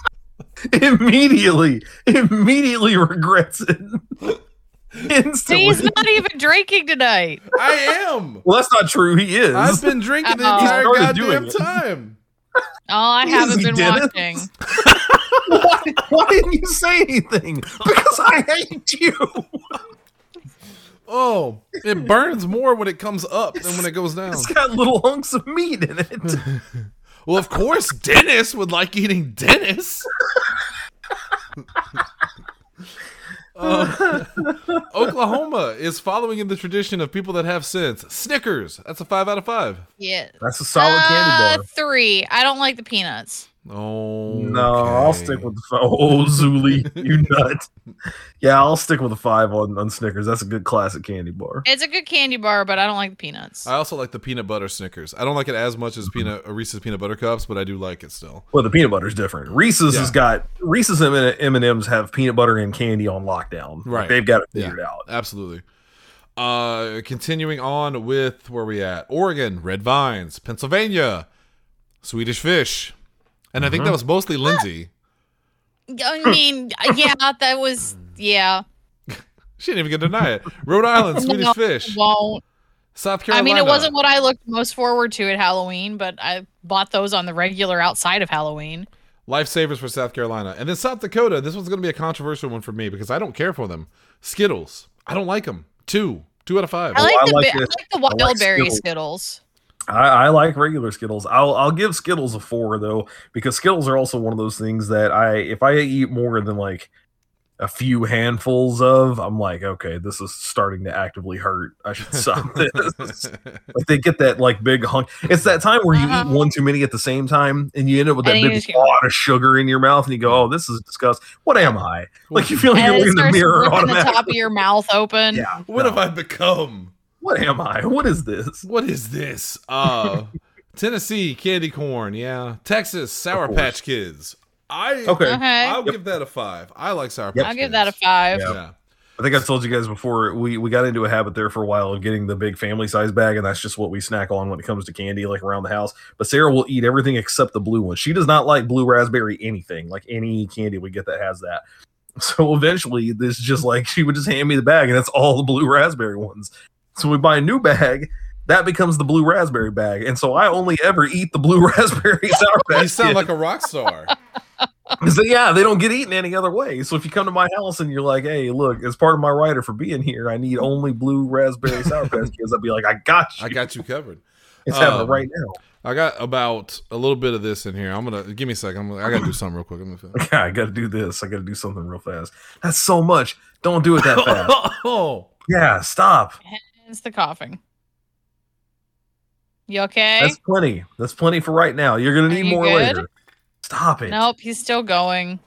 [SPEAKER 2] immediately, immediately regrets it.
[SPEAKER 3] He's
[SPEAKER 2] Instantly.
[SPEAKER 3] not even drinking tonight.
[SPEAKER 1] I am.
[SPEAKER 2] Well, that's not true. He is.
[SPEAKER 1] I've been drinking the
[SPEAKER 3] Uh-oh.
[SPEAKER 1] entire
[SPEAKER 2] He started doing
[SPEAKER 1] goddamn
[SPEAKER 2] it.
[SPEAKER 1] time.
[SPEAKER 3] Oh, I
[SPEAKER 2] Yes,
[SPEAKER 3] haven't
[SPEAKER 2] you
[SPEAKER 3] been
[SPEAKER 2] didn't.
[SPEAKER 3] watching.
[SPEAKER 2] why, why didn't you say anything? Because I hate you.
[SPEAKER 1] Oh, it burns more when it comes up than when it goes down.
[SPEAKER 2] It's got little hunks of meat in it.
[SPEAKER 1] Well, of course, Dennis would like eating Dennis. Uh, Oklahoma is following in the tradition of people that have sense. Snickers. That's a five out of five.
[SPEAKER 3] Yes.
[SPEAKER 2] That's a solid
[SPEAKER 3] Uh,
[SPEAKER 2] candy bar.
[SPEAKER 3] three. I don't like the peanuts.
[SPEAKER 1] Oh
[SPEAKER 2] No, I'll stick with the five. Oh, Zuli, you nut. Yeah, I'll stick with the five on, on Snickers. That's a good classic candy bar.
[SPEAKER 3] It's a good candy bar, but I don't like the peanuts.
[SPEAKER 1] I also like the peanut butter Snickers. I don't like it as much as peanut Reese's peanut butter cups, but I do like it still.
[SPEAKER 2] Well, the peanut butter's different. Reese's
[SPEAKER 1] Yeah.
[SPEAKER 2] has got Reese's M and M's have peanut butter and candy on lockdown. Like,
[SPEAKER 1] Right.
[SPEAKER 2] they've got it
[SPEAKER 1] Yeah.
[SPEAKER 2] figured out.
[SPEAKER 1] Absolutely. Uh, continuing on with where we at? Oregon, red vines. Pennsylvania, Swedish fish. And I think
[SPEAKER 2] Mm-hmm.
[SPEAKER 1] that was mostly Lindsay.
[SPEAKER 3] I mean, yeah, that was yeah.
[SPEAKER 1] She didn't even get to deny it. Rhode Island, Swedish
[SPEAKER 3] No,
[SPEAKER 1] fish.
[SPEAKER 3] Won't.
[SPEAKER 1] South
[SPEAKER 3] I
[SPEAKER 1] Carolina.
[SPEAKER 3] mean, it wasn't what I looked most forward to at Halloween, but I bought those on the regular outside of Halloween.
[SPEAKER 1] lifesavers for South Carolina, and then South Dakota. This one's going to be a controversial one for me because I don't care for them. Skittles. I don't like them. Two. Two out of five.
[SPEAKER 3] I like
[SPEAKER 2] Oh, I
[SPEAKER 3] the
[SPEAKER 2] like
[SPEAKER 3] bi- I
[SPEAKER 2] it.
[SPEAKER 3] like the
[SPEAKER 2] like
[SPEAKER 3] wild berry
[SPEAKER 2] Skittles.
[SPEAKER 3] Skittles.
[SPEAKER 2] I, I like regular Skittles. I'll I'll give Skittles a four though, because Skittles are also one of those things that I if I eat more than like a few handfuls of, I'm like, okay, this is starting to actively hurt. I should stop this. Like they get that like big hunk. It's that time where you
[SPEAKER 3] Uh-huh.
[SPEAKER 2] eat one too many at the same time, and you end up with that
[SPEAKER 3] And you
[SPEAKER 2] big
[SPEAKER 3] just get-
[SPEAKER 2] lot of sugar in your mouth, and you go, "Oh, this is disgusting. What am I?" Like you feel like
[SPEAKER 3] And
[SPEAKER 2] you're
[SPEAKER 3] it
[SPEAKER 2] in the
[SPEAKER 3] starts
[SPEAKER 2] mirror
[SPEAKER 3] ripping the top
[SPEAKER 2] automatically.
[SPEAKER 3] of your mouth open.
[SPEAKER 2] Yeah.
[SPEAKER 1] what
[SPEAKER 2] no.
[SPEAKER 1] have I become?
[SPEAKER 2] What am I? What is this?
[SPEAKER 1] What is this? Uh, Tennessee candy corn. Yeah. Texas sour
[SPEAKER 2] Of course.
[SPEAKER 1] patch kids. I
[SPEAKER 2] Okay.
[SPEAKER 3] Okay.
[SPEAKER 1] I'll give that a five. I like sour patch.
[SPEAKER 3] I'll give
[SPEAKER 1] Kids.
[SPEAKER 3] that a five.
[SPEAKER 2] Yeah.
[SPEAKER 1] Yeah.
[SPEAKER 2] I think I've told you guys before we we got into a habit there for a while of getting the big family size bag, and that's just what we snack on when it comes to candy, like around the house. But Sarah will eat everything except the blue one. She does not like blue raspberry anything, like any candy we get that has that. So eventually, this just like she would just hand me the bag, and that's all the blue raspberry ones. So we buy a new bag. That becomes the blue raspberry bag, and so I only ever eat the blue raspberry sour
[SPEAKER 1] You
[SPEAKER 2] patch
[SPEAKER 1] sound
[SPEAKER 2] Kids.
[SPEAKER 1] like a rock star.
[SPEAKER 2] So yeah, they don't get eaten any other way. So if you come to my house and you're like, "Hey, look, as part of my rider for being here, I need only blue raspberry sour patch kids," I'd be like, "I got you.
[SPEAKER 1] I got you covered.
[SPEAKER 2] it's happening
[SPEAKER 1] um,
[SPEAKER 2] right now."
[SPEAKER 1] I got about a little bit of this in here. I'm gonna give me a second. I'm gonna, I gotta do something real quick. I'm gonna.
[SPEAKER 2] Yeah, I got to do this. I got to do something real fast. That's so much. Don't do it that fast.
[SPEAKER 1] oh,
[SPEAKER 2] yeah, stop.
[SPEAKER 3] It's the coughing. You okay?
[SPEAKER 2] That's plenty. That's plenty for right now. You're gonna
[SPEAKER 3] Are
[SPEAKER 2] need
[SPEAKER 3] you
[SPEAKER 2] more
[SPEAKER 3] good?
[SPEAKER 2] later. Stop it.
[SPEAKER 3] Nope, he's still going.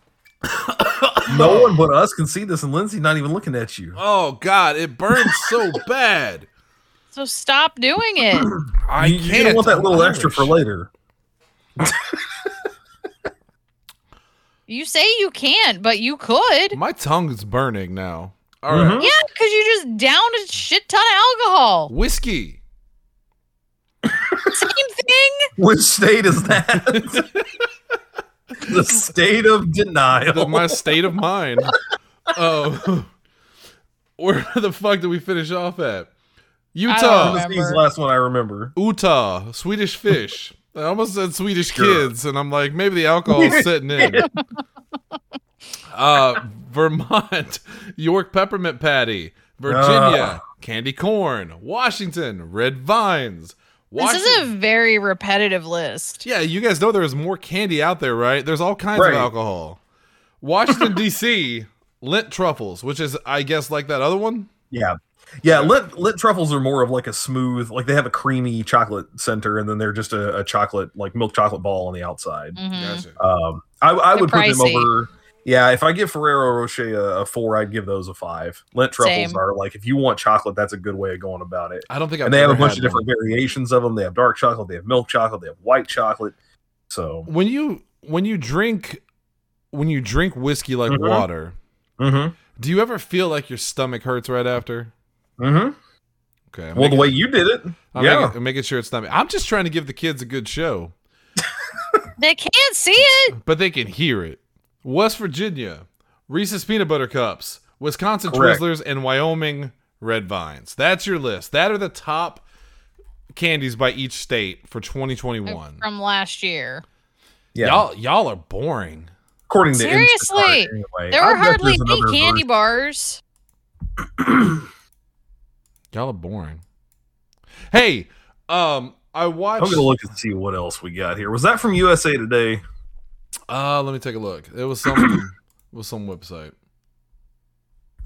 [SPEAKER 2] No one but us can see this, and Lindsay not even looking at you.
[SPEAKER 1] oh God, it burns so bad.
[SPEAKER 3] So stop doing it.
[SPEAKER 1] I
[SPEAKER 2] you, you
[SPEAKER 1] can't. Oh
[SPEAKER 2] want that little
[SPEAKER 1] I'm
[SPEAKER 2] extra for
[SPEAKER 1] Irish.
[SPEAKER 2] later.
[SPEAKER 3] You say you can't, but you could.
[SPEAKER 1] My tongue is burning now. All right,
[SPEAKER 2] Mhm.
[SPEAKER 3] Yeah, because you just downed a shit ton of alcohol.
[SPEAKER 1] whiskey.
[SPEAKER 3] Same thing.
[SPEAKER 2] Which state is that? the state of denial.
[SPEAKER 1] The- my state of mind. Um, where the fuck did we finish off at?
[SPEAKER 3] don't
[SPEAKER 1] Utah,
[SPEAKER 3] remember.
[SPEAKER 2] That was the last one I remember.
[SPEAKER 1] Utah, Swedish fish. I almost said Swedish kids, and I'm like, maybe the alcohol's sitting in. Uh, Vermont, York peppermint patty.
[SPEAKER 2] Ah.
[SPEAKER 1] Virginia, candy corn. Washington, red vines. Washington,
[SPEAKER 3] This is a very repetitive list.
[SPEAKER 1] yeah, you guys know there's more candy out there, right? There's all kinds
[SPEAKER 2] Right.
[SPEAKER 1] of alcohol. Washington D.C. lint truffles, which is I guess like that other one.
[SPEAKER 2] Yeah. Yeah, lint, lint truffles are more of like a smooth, like they have a creamy chocolate center, and then they're just a, a chocolate, like milk chocolate ball on the outside.
[SPEAKER 3] Mhm.
[SPEAKER 1] Gotcha.
[SPEAKER 2] Um, I, I
[SPEAKER 3] They're
[SPEAKER 2] would put them
[SPEAKER 3] pricey.
[SPEAKER 2] over. Yeah, if I give Ferrero Rocher a, a four, I'd give those a five. Lint truffles
[SPEAKER 3] Same.
[SPEAKER 2] are like if you want chocolate, that's a good way of going about it.
[SPEAKER 1] I don't think I've
[SPEAKER 2] And they have a
[SPEAKER 1] ever
[SPEAKER 2] bunch
[SPEAKER 1] had
[SPEAKER 2] of different variations of them. They have dark chocolate, they have milk chocolate, they have white chocolate. So,
[SPEAKER 1] one. When you when you drink when you drink whiskey like
[SPEAKER 2] Mhm.
[SPEAKER 1] water,
[SPEAKER 2] mm-hmm,
[SPEAKER 1] do you ever feel like your stomach hurts right after?
[SPEAKER 2] mm-hmm.
[SPEAKER 1] Okay. I'm
[SPEAKER 2] well, the
[SPEAKER 1] making-
[SPEAKER 2] way you did it,
[SPEAKER 1] I'm
[SPEAKER 2] yeah,
[SPEAKER 1] making, I'm making sure it's not me. I'm just trying to give the kids a good show,
[SPEAKER 3] They can't see it.
[SPEAKER 1] but they can hear it. West Virginia, Reese's peanut butter cups, Wisconsin
[SPEAKER 2] Correct.
[SPEAKER 1] Twizzlers, and Wyoming red vines. That's your list. That are the top candies by each state for 2021.
[SPEAKER 3] From last year.
[SPEAKER 2] Yeah.
[SPEAKER 1] Y'all y'all are boring.
[SPEAKER 2] According to Instacart,
[SPEAKER 3] Seriously?
[SPEAKER 2] anyway.
[SPEAKER 3] There
[SPEAKER 2] I
[SPEAKER 3] were
[SPEAKER 2] bet
[SPEAKER 3] hardly
[SPEAKER 2] there's
[SPEAKER 3] any
[SPEAKER 2] another
[SPEAKER 3] candy
[SPEAKER 2] version.
[SPEAKER 3] bars.
[SPEAKER 1] Y'all are boring. Hey, um, I watched.
[SPEAKER 2] I'm gonna look and see what else we got here. Was that from USA Today?
[SPEAKER 1] Uh, let me take a look. It was some it was some website.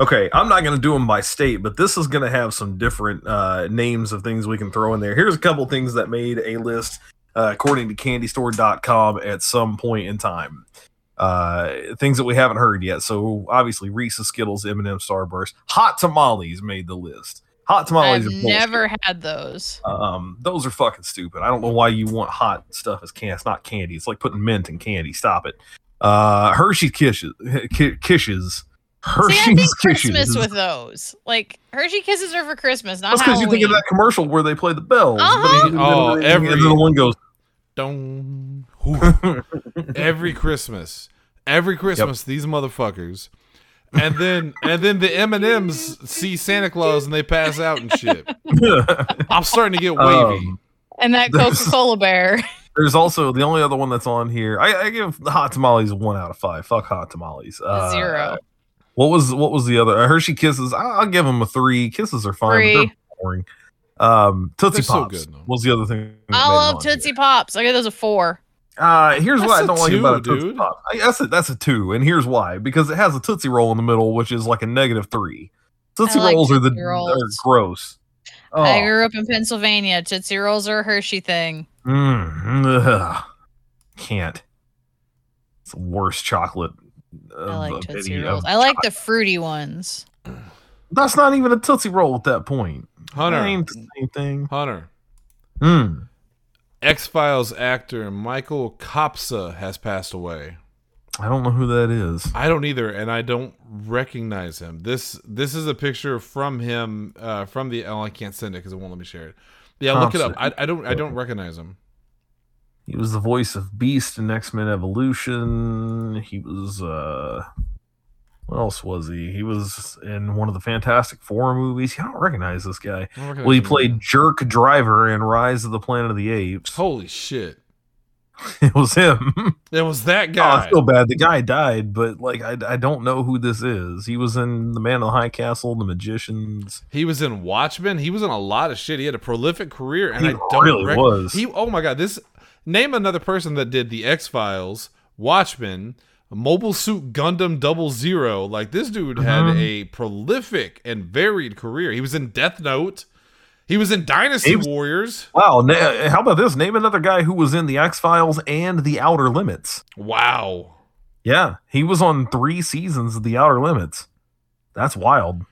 [SPEAKER 2] Okay, I'm not gonna do them by state, but this is gonna have some different uh, names of things we can throw in there. Here's a couple things that made a list uh, according to CandyStore.com at some point in time. Uh, things that we haven't heard yet. So obviously Reese's, Skittles, M&M, Starburst, hot tamales made the list. Hot tamales.
[SPEAKER 3] I've
[SPEAKER 2] are bullshit.
[SPEAKER 3] never had those.
[SPEAKER 2] Um, those are fucking stupid. I don't know why you want hot stuff as candy. It's not candy. It's like putting mint in candy. Stop it. Uh, Hershey Kisses. Ki- Kisses.
[SPEAKER 3] See, I think
[SPEAKER 2] Hershey's
[SPEAKER 3] Christmas
[SPEAKER 2] Kisses.
[SPEAKER 3] with those. Like Hershey kisses are for Christmas, not
[SPEAKER 2] That's because you
[SPEAKER 3] Halloween.
[SPEAKER 2] think of that commercial where they play the bells.
[SPEAKER 3] Uh-huh.
[SPEAKER 1] Oh, every-
[SPEAKER 2] and then the one goes.
[SPEAKER 1] Dong. Whew. every Christmas, every Christmas, these motherfuckers, and then and then the M and M's see Santa Claus and they pass out and shit. I'm starting to get wavy.
[SPEAKER 2] Um,
[SPEAKER 3] and that
[SPEAKER 2] There's-
[SPEAKER 3] Coca Cola bear.
[SPEAKER 2] There's also the only other one that's on here. I, I give the hot tamales a one out of five. Fuck hot tamales. Uh,
[SPEAKER 3] Zero.
[SPEAKER 2] What was what was the other uh, Hershey Kisses? I, I'll give them a three. Kisses are fine. but
[SPEAKER 3] Three.
[SPEAKER 2] They're boring. Um, Tootsie
[SPEAKER 1] They're so
[SPEAKER 2] Pops
[SPEAKER 1] good, though.
[SPEAKER 2] was the other thing. that
[SPEAKER 3] I
[SPEAKER 2] made it
[SPEAKER 3] love
[SPEAKER 2] on here.
[SPEAKER 3] Tootsie Pops. I get those a four.
[SPEAKER 2] Uh, here's what
[SPEAKER 1] That's
[SPEAKER 2] I
[SPEAKER 1] a
[SPEAKER 2] don't like
[SPEAKER 1] two,
[SPEAKER 2] about a Tootsie
[SPEAKER 1] dude.
[SPEAKER 2] Pop. I, that's a, that's a two, and here's why: because it has a Tootsie Roll in the middle, which is like a negative three. Tootsie
[SPEAKER 3] like
[SPEAKER 2] Rolls are the
[SPEAKER 3] Tootsie
[SPEAKER 2] are
[SPEAKER 3] Rolls.
[SPEAKER 2] gross. Oh,
[SPEAKER 3] I grew up in Pennsylvania. Tootsie Rolls are a Hershey thing.
[SPEAKER 2] mm, ugh. can't. It's the worst chocolate.
[SPEAKER 3] I
[SPEAKER 2] of-
[SPEAKER 3] like
[SPEAKER 2] of
[SPEAKER 3] Tootsie
[SPEAKER 2] any-
[SPEAKER 3] Rolls.
[SPEAKER 2] of-
[SPEAKER 3] I like the fruity ones.
[SPEAKER 2] That's not even a Tootsie Roll at that point. That
[SPEAKER 1] Hunter,
[SPEAKER 2] ain't the same thing.
[SPEAKER 1] Hunter,
[SPEAKER 2] Mm.
[SPEAKER 1] X Files actor Michael Kopsa has passed away.
[SPEAKER 2] I don't know who that is.
[SPEAKER 1] I don't either, and I don't recognize him. This this is a picture from him uh, from the. Oh, I can't send it because it won't let me share it. Yeah, look it up. I, I don't I don't recognize him.
[SPEAKER 2] He was the voice of Beast in X Men Evolution. He was, uh, what else was he? He was in one of the Fantastic Four movies. I don't recognize this guy.
[SPEAKER 1] I don't recognize
[SPEAKER 2] Well, he
[SPEAKER 1] him.
[SPEAKER 2] played Jerk Driver in Rise of the Planet of the Apes.
[SPEAKER 1] Holy shit!
[SPEAKER 2] It was him.
[SPEAKER 1] It was that
[SPEAKER 2] Oh,
[SPEAKER 1] guy.
[SPEAKER 2] I feel bad. The guy died, but like, I, I don't know who this is. He was in The Man of the High Castle, The Magicians.
[SPEAKER 1] He was in Watchmen. He was in a lot of shit. He had a prolific career, and
[SPEAKER 2] He
[SPEAKER 1] I don't
[SPEAKER 2] really
[SPEAKER 1] rec-
[SPEAKER 2] was.
[SPEAKER 1] He oh my god, this name another person that did the X Files, Watchmen, Mobile Suit Gundam Double Zero. Like this dude had
[SPEAKER 2] Mhm.
[SPEAKER 1] a prolific and varied career. He was in Death Note. He was in Dynasty
[SPEAKER 2] He was-
[SPEAKER 1] Warriors.
[SPEAKER 2] Wow. Na- how about this? Name another guy who was in The X Files and The Outer Limits.
[SPEAKER 1] Wow.
[SPEAKER 2] Yeah, he was on three seasons of The Outer Limits. That's wild.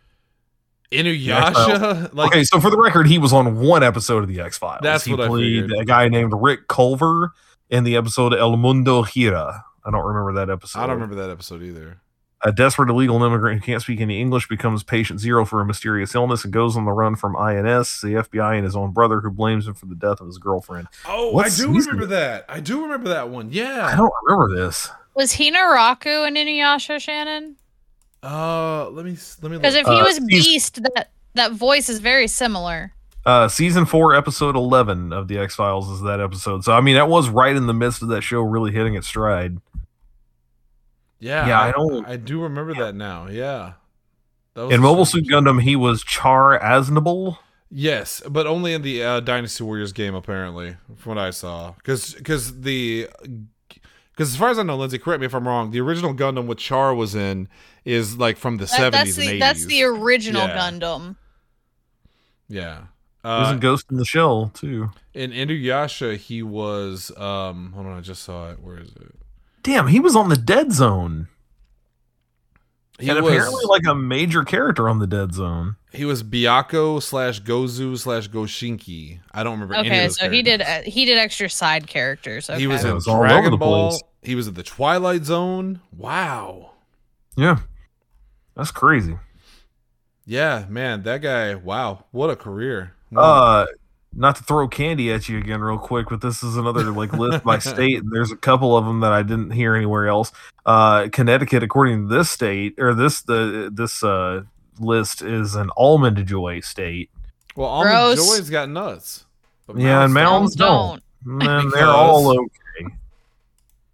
[SPEAKER 1] Inuyasha. Like
[SPEAKER 2] okay, so for the record, he was on one episode of The X Files.
[SPEAKER 1] That's
[SPEAKER 2] he
[SPEAKER 1] what I
[SPEAKER 2] played
[SPEAKER 1] figured.
[SPEAKER 2] a guy named Rick Culver in the episode El Mundo Gira. I don't remember that episode.
[SPEAKER 1] I don't remember that episode either.
[SPEAKER 2] A desperate illegal immigrant who can't speak any English becomes patient zero for a mysterious illness and goes on the run from INS, the FBI, and his own brother, who blames him for the death of his girlfriend.
[SPEAKER 1] Oh,
[SPEAKER 2] What
[SPEAKER 1] I do
[SPEAKER 2] season
[SPEAKER 1] remember
[SPEAKER 2] is
[SPEAKER 1] that. I do remember that one.
[SPEAKER 2] I
[SPEAKER 1] Yeah.
[SPEAKER 2] don't remember this.
[SPEAKER 3] Was Hinaraku and Inuyasha Shannon?
[SPEAKER 1] Uh, let me s- let me.
[SPEAKER 3] Because
[SPEAKER 1] look.
[SPEAKER 3] if he
[SPEAKER 2] Uh,
[SPEAKER 3] was
[SPEAKER 2] he's-
[SPEAKER 3] Beast, that that voice is very similar.
[SPEAKER 2] Uh, season four, episode eleven of the X Files is that episode. So I mean, that was right in the midst of that show really hitting its stride.
[SPEAKER 1] Yeah,
[SPEAKER 2] Yeah, I don't-
[SPEAKER 1] I do remember that now. Yeah, that was
[SPEAKER 2] In
[SPEAKER 1] a
[SPEAKER 2] Mobile
[SPEAKER 1] strange-
[SPEAKER 2] Suit Gundam, he was Char Aznable.
[SPEAKER 1] Yes, but only in the uh, Dynasty Warriors game, apparently, from what I saw. Because the because as far as I know, Lindsay, correct me if I'm wrong. The original Gundam with Char was in is like from the
[SPEAKER 3] That,
[SPEAKER 1] seventies
[SPEAKER 3] that's
[SPEAKER 1] and
[SPEAKER 3] the
[SPEAKER 1] eighties.
[SPEAKER 3] that's the original
[SPEAKER 1] Yeah.
[SPEAKER 3] Gundam.
[SPEAKER 1] yeah.
[SPEAKER 2] He was
[SPEAKER 1] Uh,
[SPEAKER 2] in Ghost in the Shell too.
[SPEAKER 1] in Inuyasha, he was. Um, hold on, I just saw it. Where is it?
[SPEAKER 2] Damn, he was on the Dead Zone,
[SPEAKER 1] He
[SPEAKER 2] and
[SPEAKER 1] was
[SPEAKER 2] apparently like a major character on the Dead Zone.
[SPEAKER 1] he was Biako slash Gozu slash Goshinki. I don't remember. any
[SPEAKER 3] Okay,
[SPEAKER 1] of those
[SPEAKER 3] so he did
[SPEAKER 1] characters.
[SPEAKER 3] uh, he did extra side characters. Okay.
[SPEAKER 1] He was
[SPEAKER 2] Yeah,
[SPEAKER 1] in
[SPEAKER 2] it was all over
[SPEAKER 1] Dragon
[SPEAKER 2] the
[SPEAKER 1] Ball.
[SPEAKER 2] place.
[SPEAKER 1] He was in the Twilight Zone. Wow.
[SPEAKER 2] Yeah, that's crazy.
[SPEAKER 1] Yeah, man, that guy. Wow, what a career. Wow.
[SPEAKER 2] Uh, not to throw candy at you again, real quick, but this is another like list by state. And there's a couple of them that I didn't hear anywhere else. Uh, Connecticut, according to this state or this the this uh list is an almond joy state.
[SPEAKER 1] well, Almond
[SPEAKER 3] gross.
[SPEAKER 1] Joy's got nuts. But
[SPEAKER 2] Yeah, and
[SPEAKER 1] Mounds
[SPEAKER 2] Mounds
[SPEAKER 3] Don't-
[SPEAKER 2] don't. And they're all okay.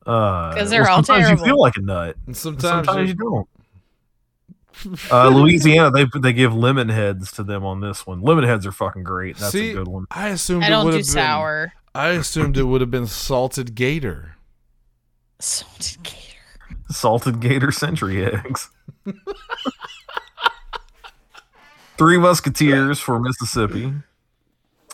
[SPEAKER 2] Uh,
[SPEAKER 3] 'Cause they're all
[SPEAKER 2] sometimes
[SPEAKER 3] terrible.
[SPEAKER 2] you feel like a nut.
[SPEAKER 1] And
[SPEAKER 2] and
[SPEAKER 1] sometimes,
[SPEAKER 2] Sometimes, you don't. Uh, Louisiana, they they give lemon heads to them on this one. Lemon heads are fucking great. That's
[SPEAKER 1] See,
[SPEAKER 2] a good one.
[SPEAKER 1] I assumed
[SPEAKER 3] I
[SPEAKER 1] it
[SPEAKER 3] don't
[SPEAKER 1] would
[SPEAKER 3] do
[SPEAKER 1] have been.
[SPEAKER 3] sour.
[SPEAKER 1] I assumed it would have been salted gator.
[SPEAKER 3] Salted gator.
[SPEAKER 2] Salted gator century eggs. Three Musketeers for Mississippi,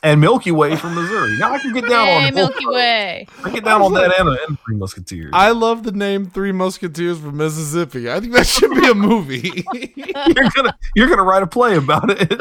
[SPEAKER 2] and Milky Way for Missouri. Now I can get down
[SPEAKER 3] Yay,
[SPEAKER 2] on
[SPEAKER 3] Milky Way.
[SPEAKER 2] I can get down on that and, and Three Musketeers.
[SPEAKER 1] I love the name Three Musketeers from Mississippi. I think that should be a movie.
[SPEAKER 2] you're gonna you're gonna write a play about it.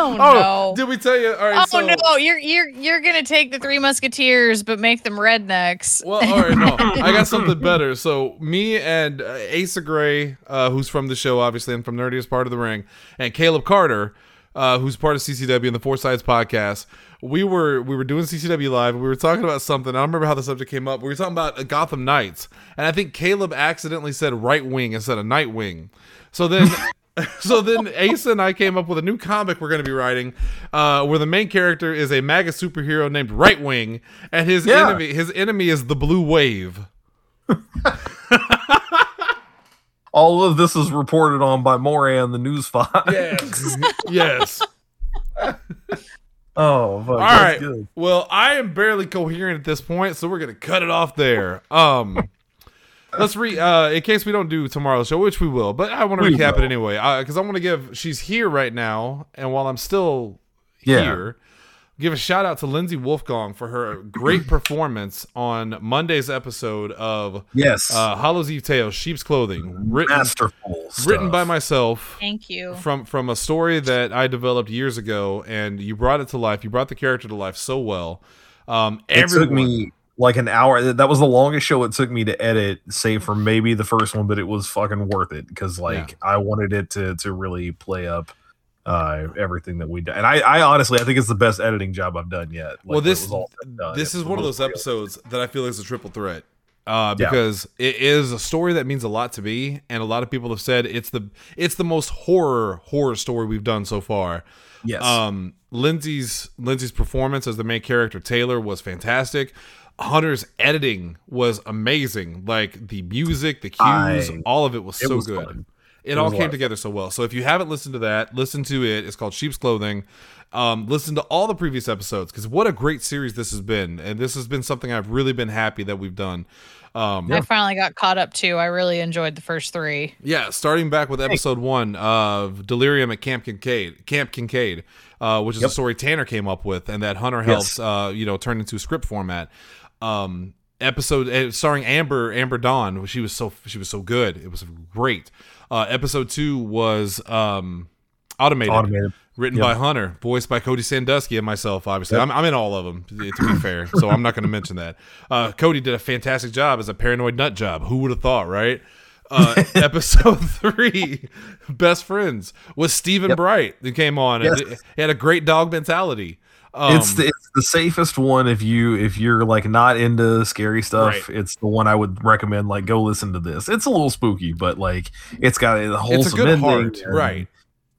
[SPEAKER 3] Oh,
[SPEAKER 1] oh,
[SPEAKER 3] no.
[SPEAKER 1] did we tell you? All right, so,
[SPEAKER 3] Oh no, you're you're you're gonna take the three musketeers but make them rednecks.
[SPEAKER 1] Well, all right, no, I got something better. So me and uh, Asa Gray, uh, who's from the show, obviously, and from Nerdiest Part of the Ring, and Caleb Carter, uh, who's part of CCW and the Four Sides podcast, we were we were doing CCW live. We were talking about something. I don't remember how the subject came up. We were talking about uh, Gotham Knights, and I think Caleb accidentally said right wing instead of night wing. So then. So then Asa and I came up with a new comic we're going to be writing uh, where the main character is a MAGA superhero named Right Wing and his
[SPEAKER 2] Yeah.
[SPEAKER 1] enemy his enemy is the Blue Wave.
[SPEAKER 2] All of this is reported on by Moran, the news fox.
[SPEAKER 1] Yes. yes.
[SPEAKER 2] Oh, fuck,
[SPEAKER 1] All
[SPEAKER 2] that's
[SPEAKER 1] right.
[SPEAKER 2] good.
[SPEAKER 1] Well, I am barely coherent at this point, so we're gonna cut it off there. Um, let's re. Uh, in case we don't do tomorrow's show, which we will, but I want to
[SPEAKER 2] We
[SPEAKER 1] recap it
[SPEAKER 2] will.
[SPEAKER 1] anyway because I want to give. She's here right now, and while I'm still
[SPEAKER 2] Yeah.
[SPEAKER 1] here, give a shout out to Lindsay Wolfgong for her great performance on Monday's episode of
[SPEAKER 2] Yes.
[SPEAKER 1] uh, Hollows Eve Tales: Sheep's Clothing, written
[SPEAKER 2] Masterful.
[SPEAKER 1] written
[SPEAKER 2] stuff.
[SPEAKER 1] by myself
[SPEAKER 3] Thank you.
[SPEAKER 1] from from a story that I developed years ago, and you brought it to life. You brought the character to life so well. Um,
[SPEAKER 2] It took
[SPEAKER 1] everyone-
[SPEAKER 2] me like an hour. That that was the longest show it took me to edit, save for maybe the first one, but it was fucking worth it because like I wanted it to to really play up uh everything that we did. And I, I honestly I think it's the best editing job I've done yet. Like,
[SPEAKER 1] Well,
[SPEAKER 2] when it
[SPEAKER 1] this-
[SPEAKER 2] was all said and done,
[SPEAKER 1] this
[SPEAKER 2] it
[SPEAKER 1] is one of
[SPEAKER 2] was
[SPEAKER 1] those
[SPEAKER 2] real.
[SPEAKER 1] episodes that I feel is a triple threat uh,
[SPEAKER 2] Yeah.
[SPEAKER 1] because it is a story that means a lot to me, and a lot of people have said it's the it's the most horror horror story we've done so far.
[SPEAKER 2] Yes.
[SPEAKER 1] Um, Lindsay's Lindsay's performance as the main character Taylor was fantastic. Hunter's editing was amazing. Like the music, the cues,
[SPEAKER 2] I-
[SPEAKER 1] all of it was
[SPEAKER 2] it
[SPEAKER 1] so
[SPEAKER 2] was
[SPEAKER 1] good.
[SPEAKER 2] fun.
[SPEAKER 1] It,
[SPEAKER 2] It
[SPEAKER 1] all
[SPEAKER 2] was a lot
[SPEAKER 1] came
[SPEAKER 2] of
[SPEAKER 1] together so well. So if you haven't listened to that, listen to it. It's called Sheep's Clothing. Um, listen to all the previous episodes because what a great series this has been, and this has been something I've really been happy that we've done. Um,
[SPEAKER 3] I finally got caught up too. I really enjoyed the first three.
[SPEAKER 1] yeah, starting back with episode one of Delirium at Camp Kincaid, Camp Kincaid, uh, which is a
[SPEAKER 2] Yep.
[SPEAKER 1] story Tanner came up with, and that Hunter helps,
[SPEAKER 2] Yes.
[SPEAKER 1] uh, you know, turn into a script format. Um, episode uh, starring Amber, Amber Dawn. She was so she was so good. It was great. Uh, episode two was um, automated,
[SPEAKER 2] automated.
[SPEAKER 1] written
[SPEAKER 2] yeah.
[SPEAKER 1] by Hunter, voiced by Cody Sandusky and myself. Obviously, I'm, I'm in all of them to be fair, so I'm not going to mention that. Uh, Cody did a fantastic job as a paranoid nut job. Who would have thought, right? uh, episode three, best friends was Stephen Bright who came on. and
[SPEAKER 2] Yes.
[SPEAKER 1] He had a great dog mentality. Um,
[SPEAKER 2] it's the, it's the safest one if you if you're like not into scary stuff.
[SPEAKER 1] Right.
[SPEAKER 2] It's the one I would recommend. Like, go listen to this. It's a little spooky, but like, it's got a wholesome
[SPEAKER 1] it's a good
[SPEAKER 2] ending,
[SPEAKER 1] heart,
[SPEAKER 2] and-
[SPEAKER 1] right?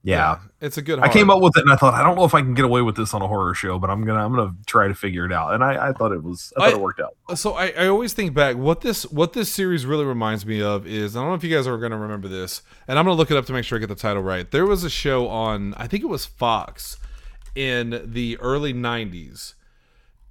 [SPEAKER 2] Yeah,
[SPEAKER 1] it's a good.
[SPEAKER 2] I
[SPEAKER 1] Heart.
[SPEAKER 2] came up with it and I thought I don't know if I can get away with this on a horror show, but I'm gonna I'm gonna try to figure it out. And I, I thought it was I thought
[SPEAKER 1] I-
[SPEAKER 2] it worked out.
[SPEAKER 1] so I, I always think back what this what this series really reminds me of is I don't know if you guys are going to remember this and I'm going to look it up to make sure I get the title right. There was a show on I think it was Fox in the early 90s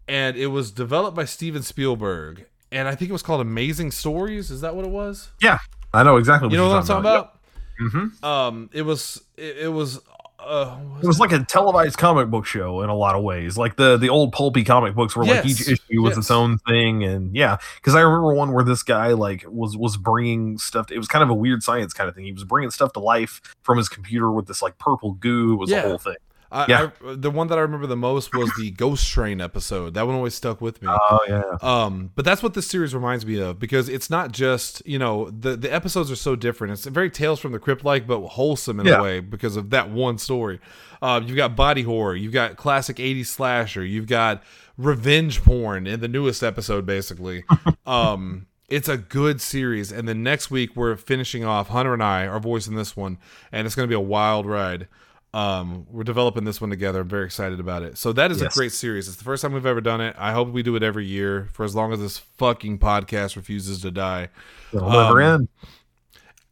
[SPEAKER 1] and it was developed by Steven Spielberg and I think it was called Amazing Stories, is that what it was?
[SPEAKER 2] Yeah, I know exactly.
[SPEAKER 1] You know
[SPEAKER 2] you're
[SPEAKER 1] what I'm talking about?
[SPEAKER 2] Yep. Mhm.
[SPEAKER 1] Um it was it, it was uh what
[SPEAKER 2] It was like a televised comic book show in a lot of ways, like the the old pulpy comic books, where like
[SPEAKER 1] Yes,
[SPEAKER 2] each issue was
[SPEAKER 1] yes.
[SPEAKER 2] its own thing, and yeah, because I remember one where this guy like was was bringing stuff. it was kind of a weird science kind of thing. He was bringing stuff to life from his computer with this like purple goo. It was
[SPEAKER 1] Yeah.
[SPEAKER 2] a whole thing.
[SPEAKER 1] I,
[SPEAKER 2] Yeah.
[SPEAKER 1] I, the one that I remember the most was the Ghost Train episode. That one always stuck with me.
[SPEAKER 2] Oh yeah,
[SPEAKER 1] Um, but that's what this series reminds me of because it's not just you know the the episodes are so different. It's very Tales from the Crypt like, but wholesome in
[SPEAKER 2] Yeah.
[SPEAKER 1] a way because of that one story. Uh, you've got body horror, you've got classic '80s slasher, you've got revenge porn in the newest episode, basically. um, it's a good series, and then next week we're finishing off. Hunter and I are voicing this one, and it's going to be a wild ride. Um, we're developing this one together. I'm very excited about it. So that is
[SPEAKER 2] Yes.
[SPEAKER 1] a great series. It's the first time we've ever done it. I hope we do it every year for as long as this fucking podcast refuses to die.
[SPEAKER 2] It'll never
[SPEAKER 1] Um,
[SPEAKER 2] end.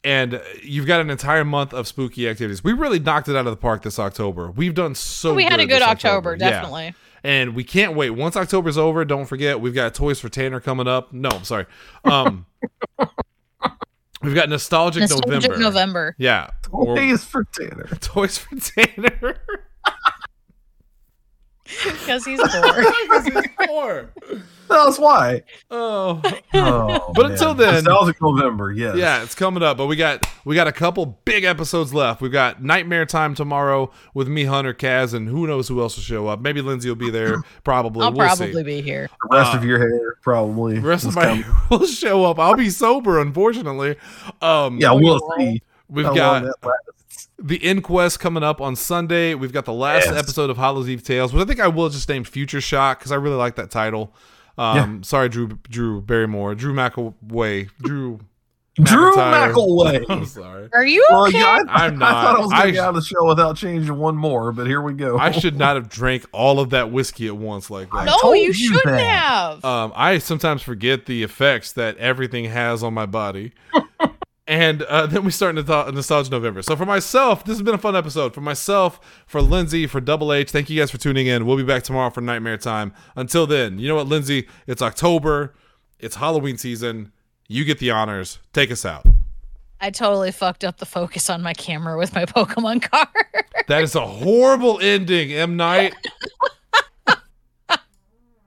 [SPEAKER 1] And you've got an entire month of spooky activities. We really knocked it out of the park this October. We've done so.
[SPEAKER 3] we had a good
[SPEAKER 1] this
[SPEAKER 3] October,
[SPEAKER 1] Yeah.
[SPEAKER 3] definitely.
[SPEAKER 1] and we can't wait. Once October's over, don't forget we've got Toys for Tanner coming up. No, I'm sorry. Um, we've got nostalgic,
[SPEAKER 3] Nostalgic
[SPEAKER 1] November.
[SPEAKER 3] November.
[SPEAKER 1] Yeah, or-
[SPEAKER 2] Days for Tanner.
[SPEAKER 1] Toys for Tanner.
[SPEAKER 3] Because he's bored.
[SPEAKER 1] 'Cause he's poor.
[SPEAKER 2] That's why.
[SPEAKER 1] Oh,
[SPEAKER 2] Oh,
[SPEAKER 1] But
[SPEAKER 2] man.
[SPEAKER 1] until then-
[SPEAKER 2] nostalgic November. Yes.
[SPEAKER 1] yeah, it's coming up, but we got we got a couple big episodes left. We've got Nightmare Time tomorrow with me, Hunter, Kaz, and who knows who else will show up. Maybe Lindsay will be there. Probably,
[SPEAKER 3] I'll
[SPEAKER 1] we'll
[SPEAKER 3] probably
[SPEAKER 1] See.
[SPEAKER 3] be here.
[SPEAKER 2] The rest
[SPEAKER 1] Uh,
[SPEAKER 2] of your hair, probably.
[SPEAKER 1] The rest of
[SPEAKER 2] was
[SPEAKER 1] my
[SPEAKER 2] coming.
[SPEAKER 1] will show up. I'll be sober, unfortunately. Um,
[SPEAKER 2] Yeah, we'll see.
[SPEAKER 1] we've
[SPEAKER 2] how
[SPEAKER 1] got
[SPEAKER 2] long that lasts.
[SPEAKER 1] the inquest coming up on Sunday. We've got the last
[SPEAKER 2] Yes.
[SPEAKER 1] episode of Hollows Eve Tales, which I think I will just name Future Shock because I really like that title. Um, sorry, Drew Drew Barrymore, Drew McAway, Drew.
[SPEAKER 2] Drew
[SPEAKER 1] McIntyre. I'm
[SPEAKER 2] McElway.
[SPEAKER 1] sorry.
[SPEAKER 3] Are you
[SPEAKER 2] Well,
[SPEAKER 3] okay?
[SPEAKER 2] yeah, I,
[SPEAKER 1] I'm
[SPEAKER 2] I thought
[SPEAKER 1] not.
[SPEAKER 2] I was going
[SPEAKER 1] I
[SPEAKER 2] to get out of the show without changing one more, but here we go.
[SPEAKER 1] I should not have drank all of that whiskey at once like that.
[SPEAKER 3] no,
[SPEAKER 2] told
[SPEAKER 3] you
[SPEAKER 2] you
[SPEAKER 3] shouldn't
[SPEAKER 2] that.
[SPEAKER 3] have.
[SPEAKER 1] Um, I sometimes forget the effects that everything has on my body. and uh, then we start Nostal- Nostalgia November. So for myself, this has been a fun episode. For myself, for Lindsay, for Double H, thank you guys for tuning in. We'll be back tomorrow for Nightmare Time. Until then, you know what, Lindsay? It's October, it's Halloween season. You get the honors. Take us out.
[SPEAKER 3] I totally fucked up the focus on my camera with my Pokemon card.
[SPEAKER 1] That is a horrible ending, M. Night.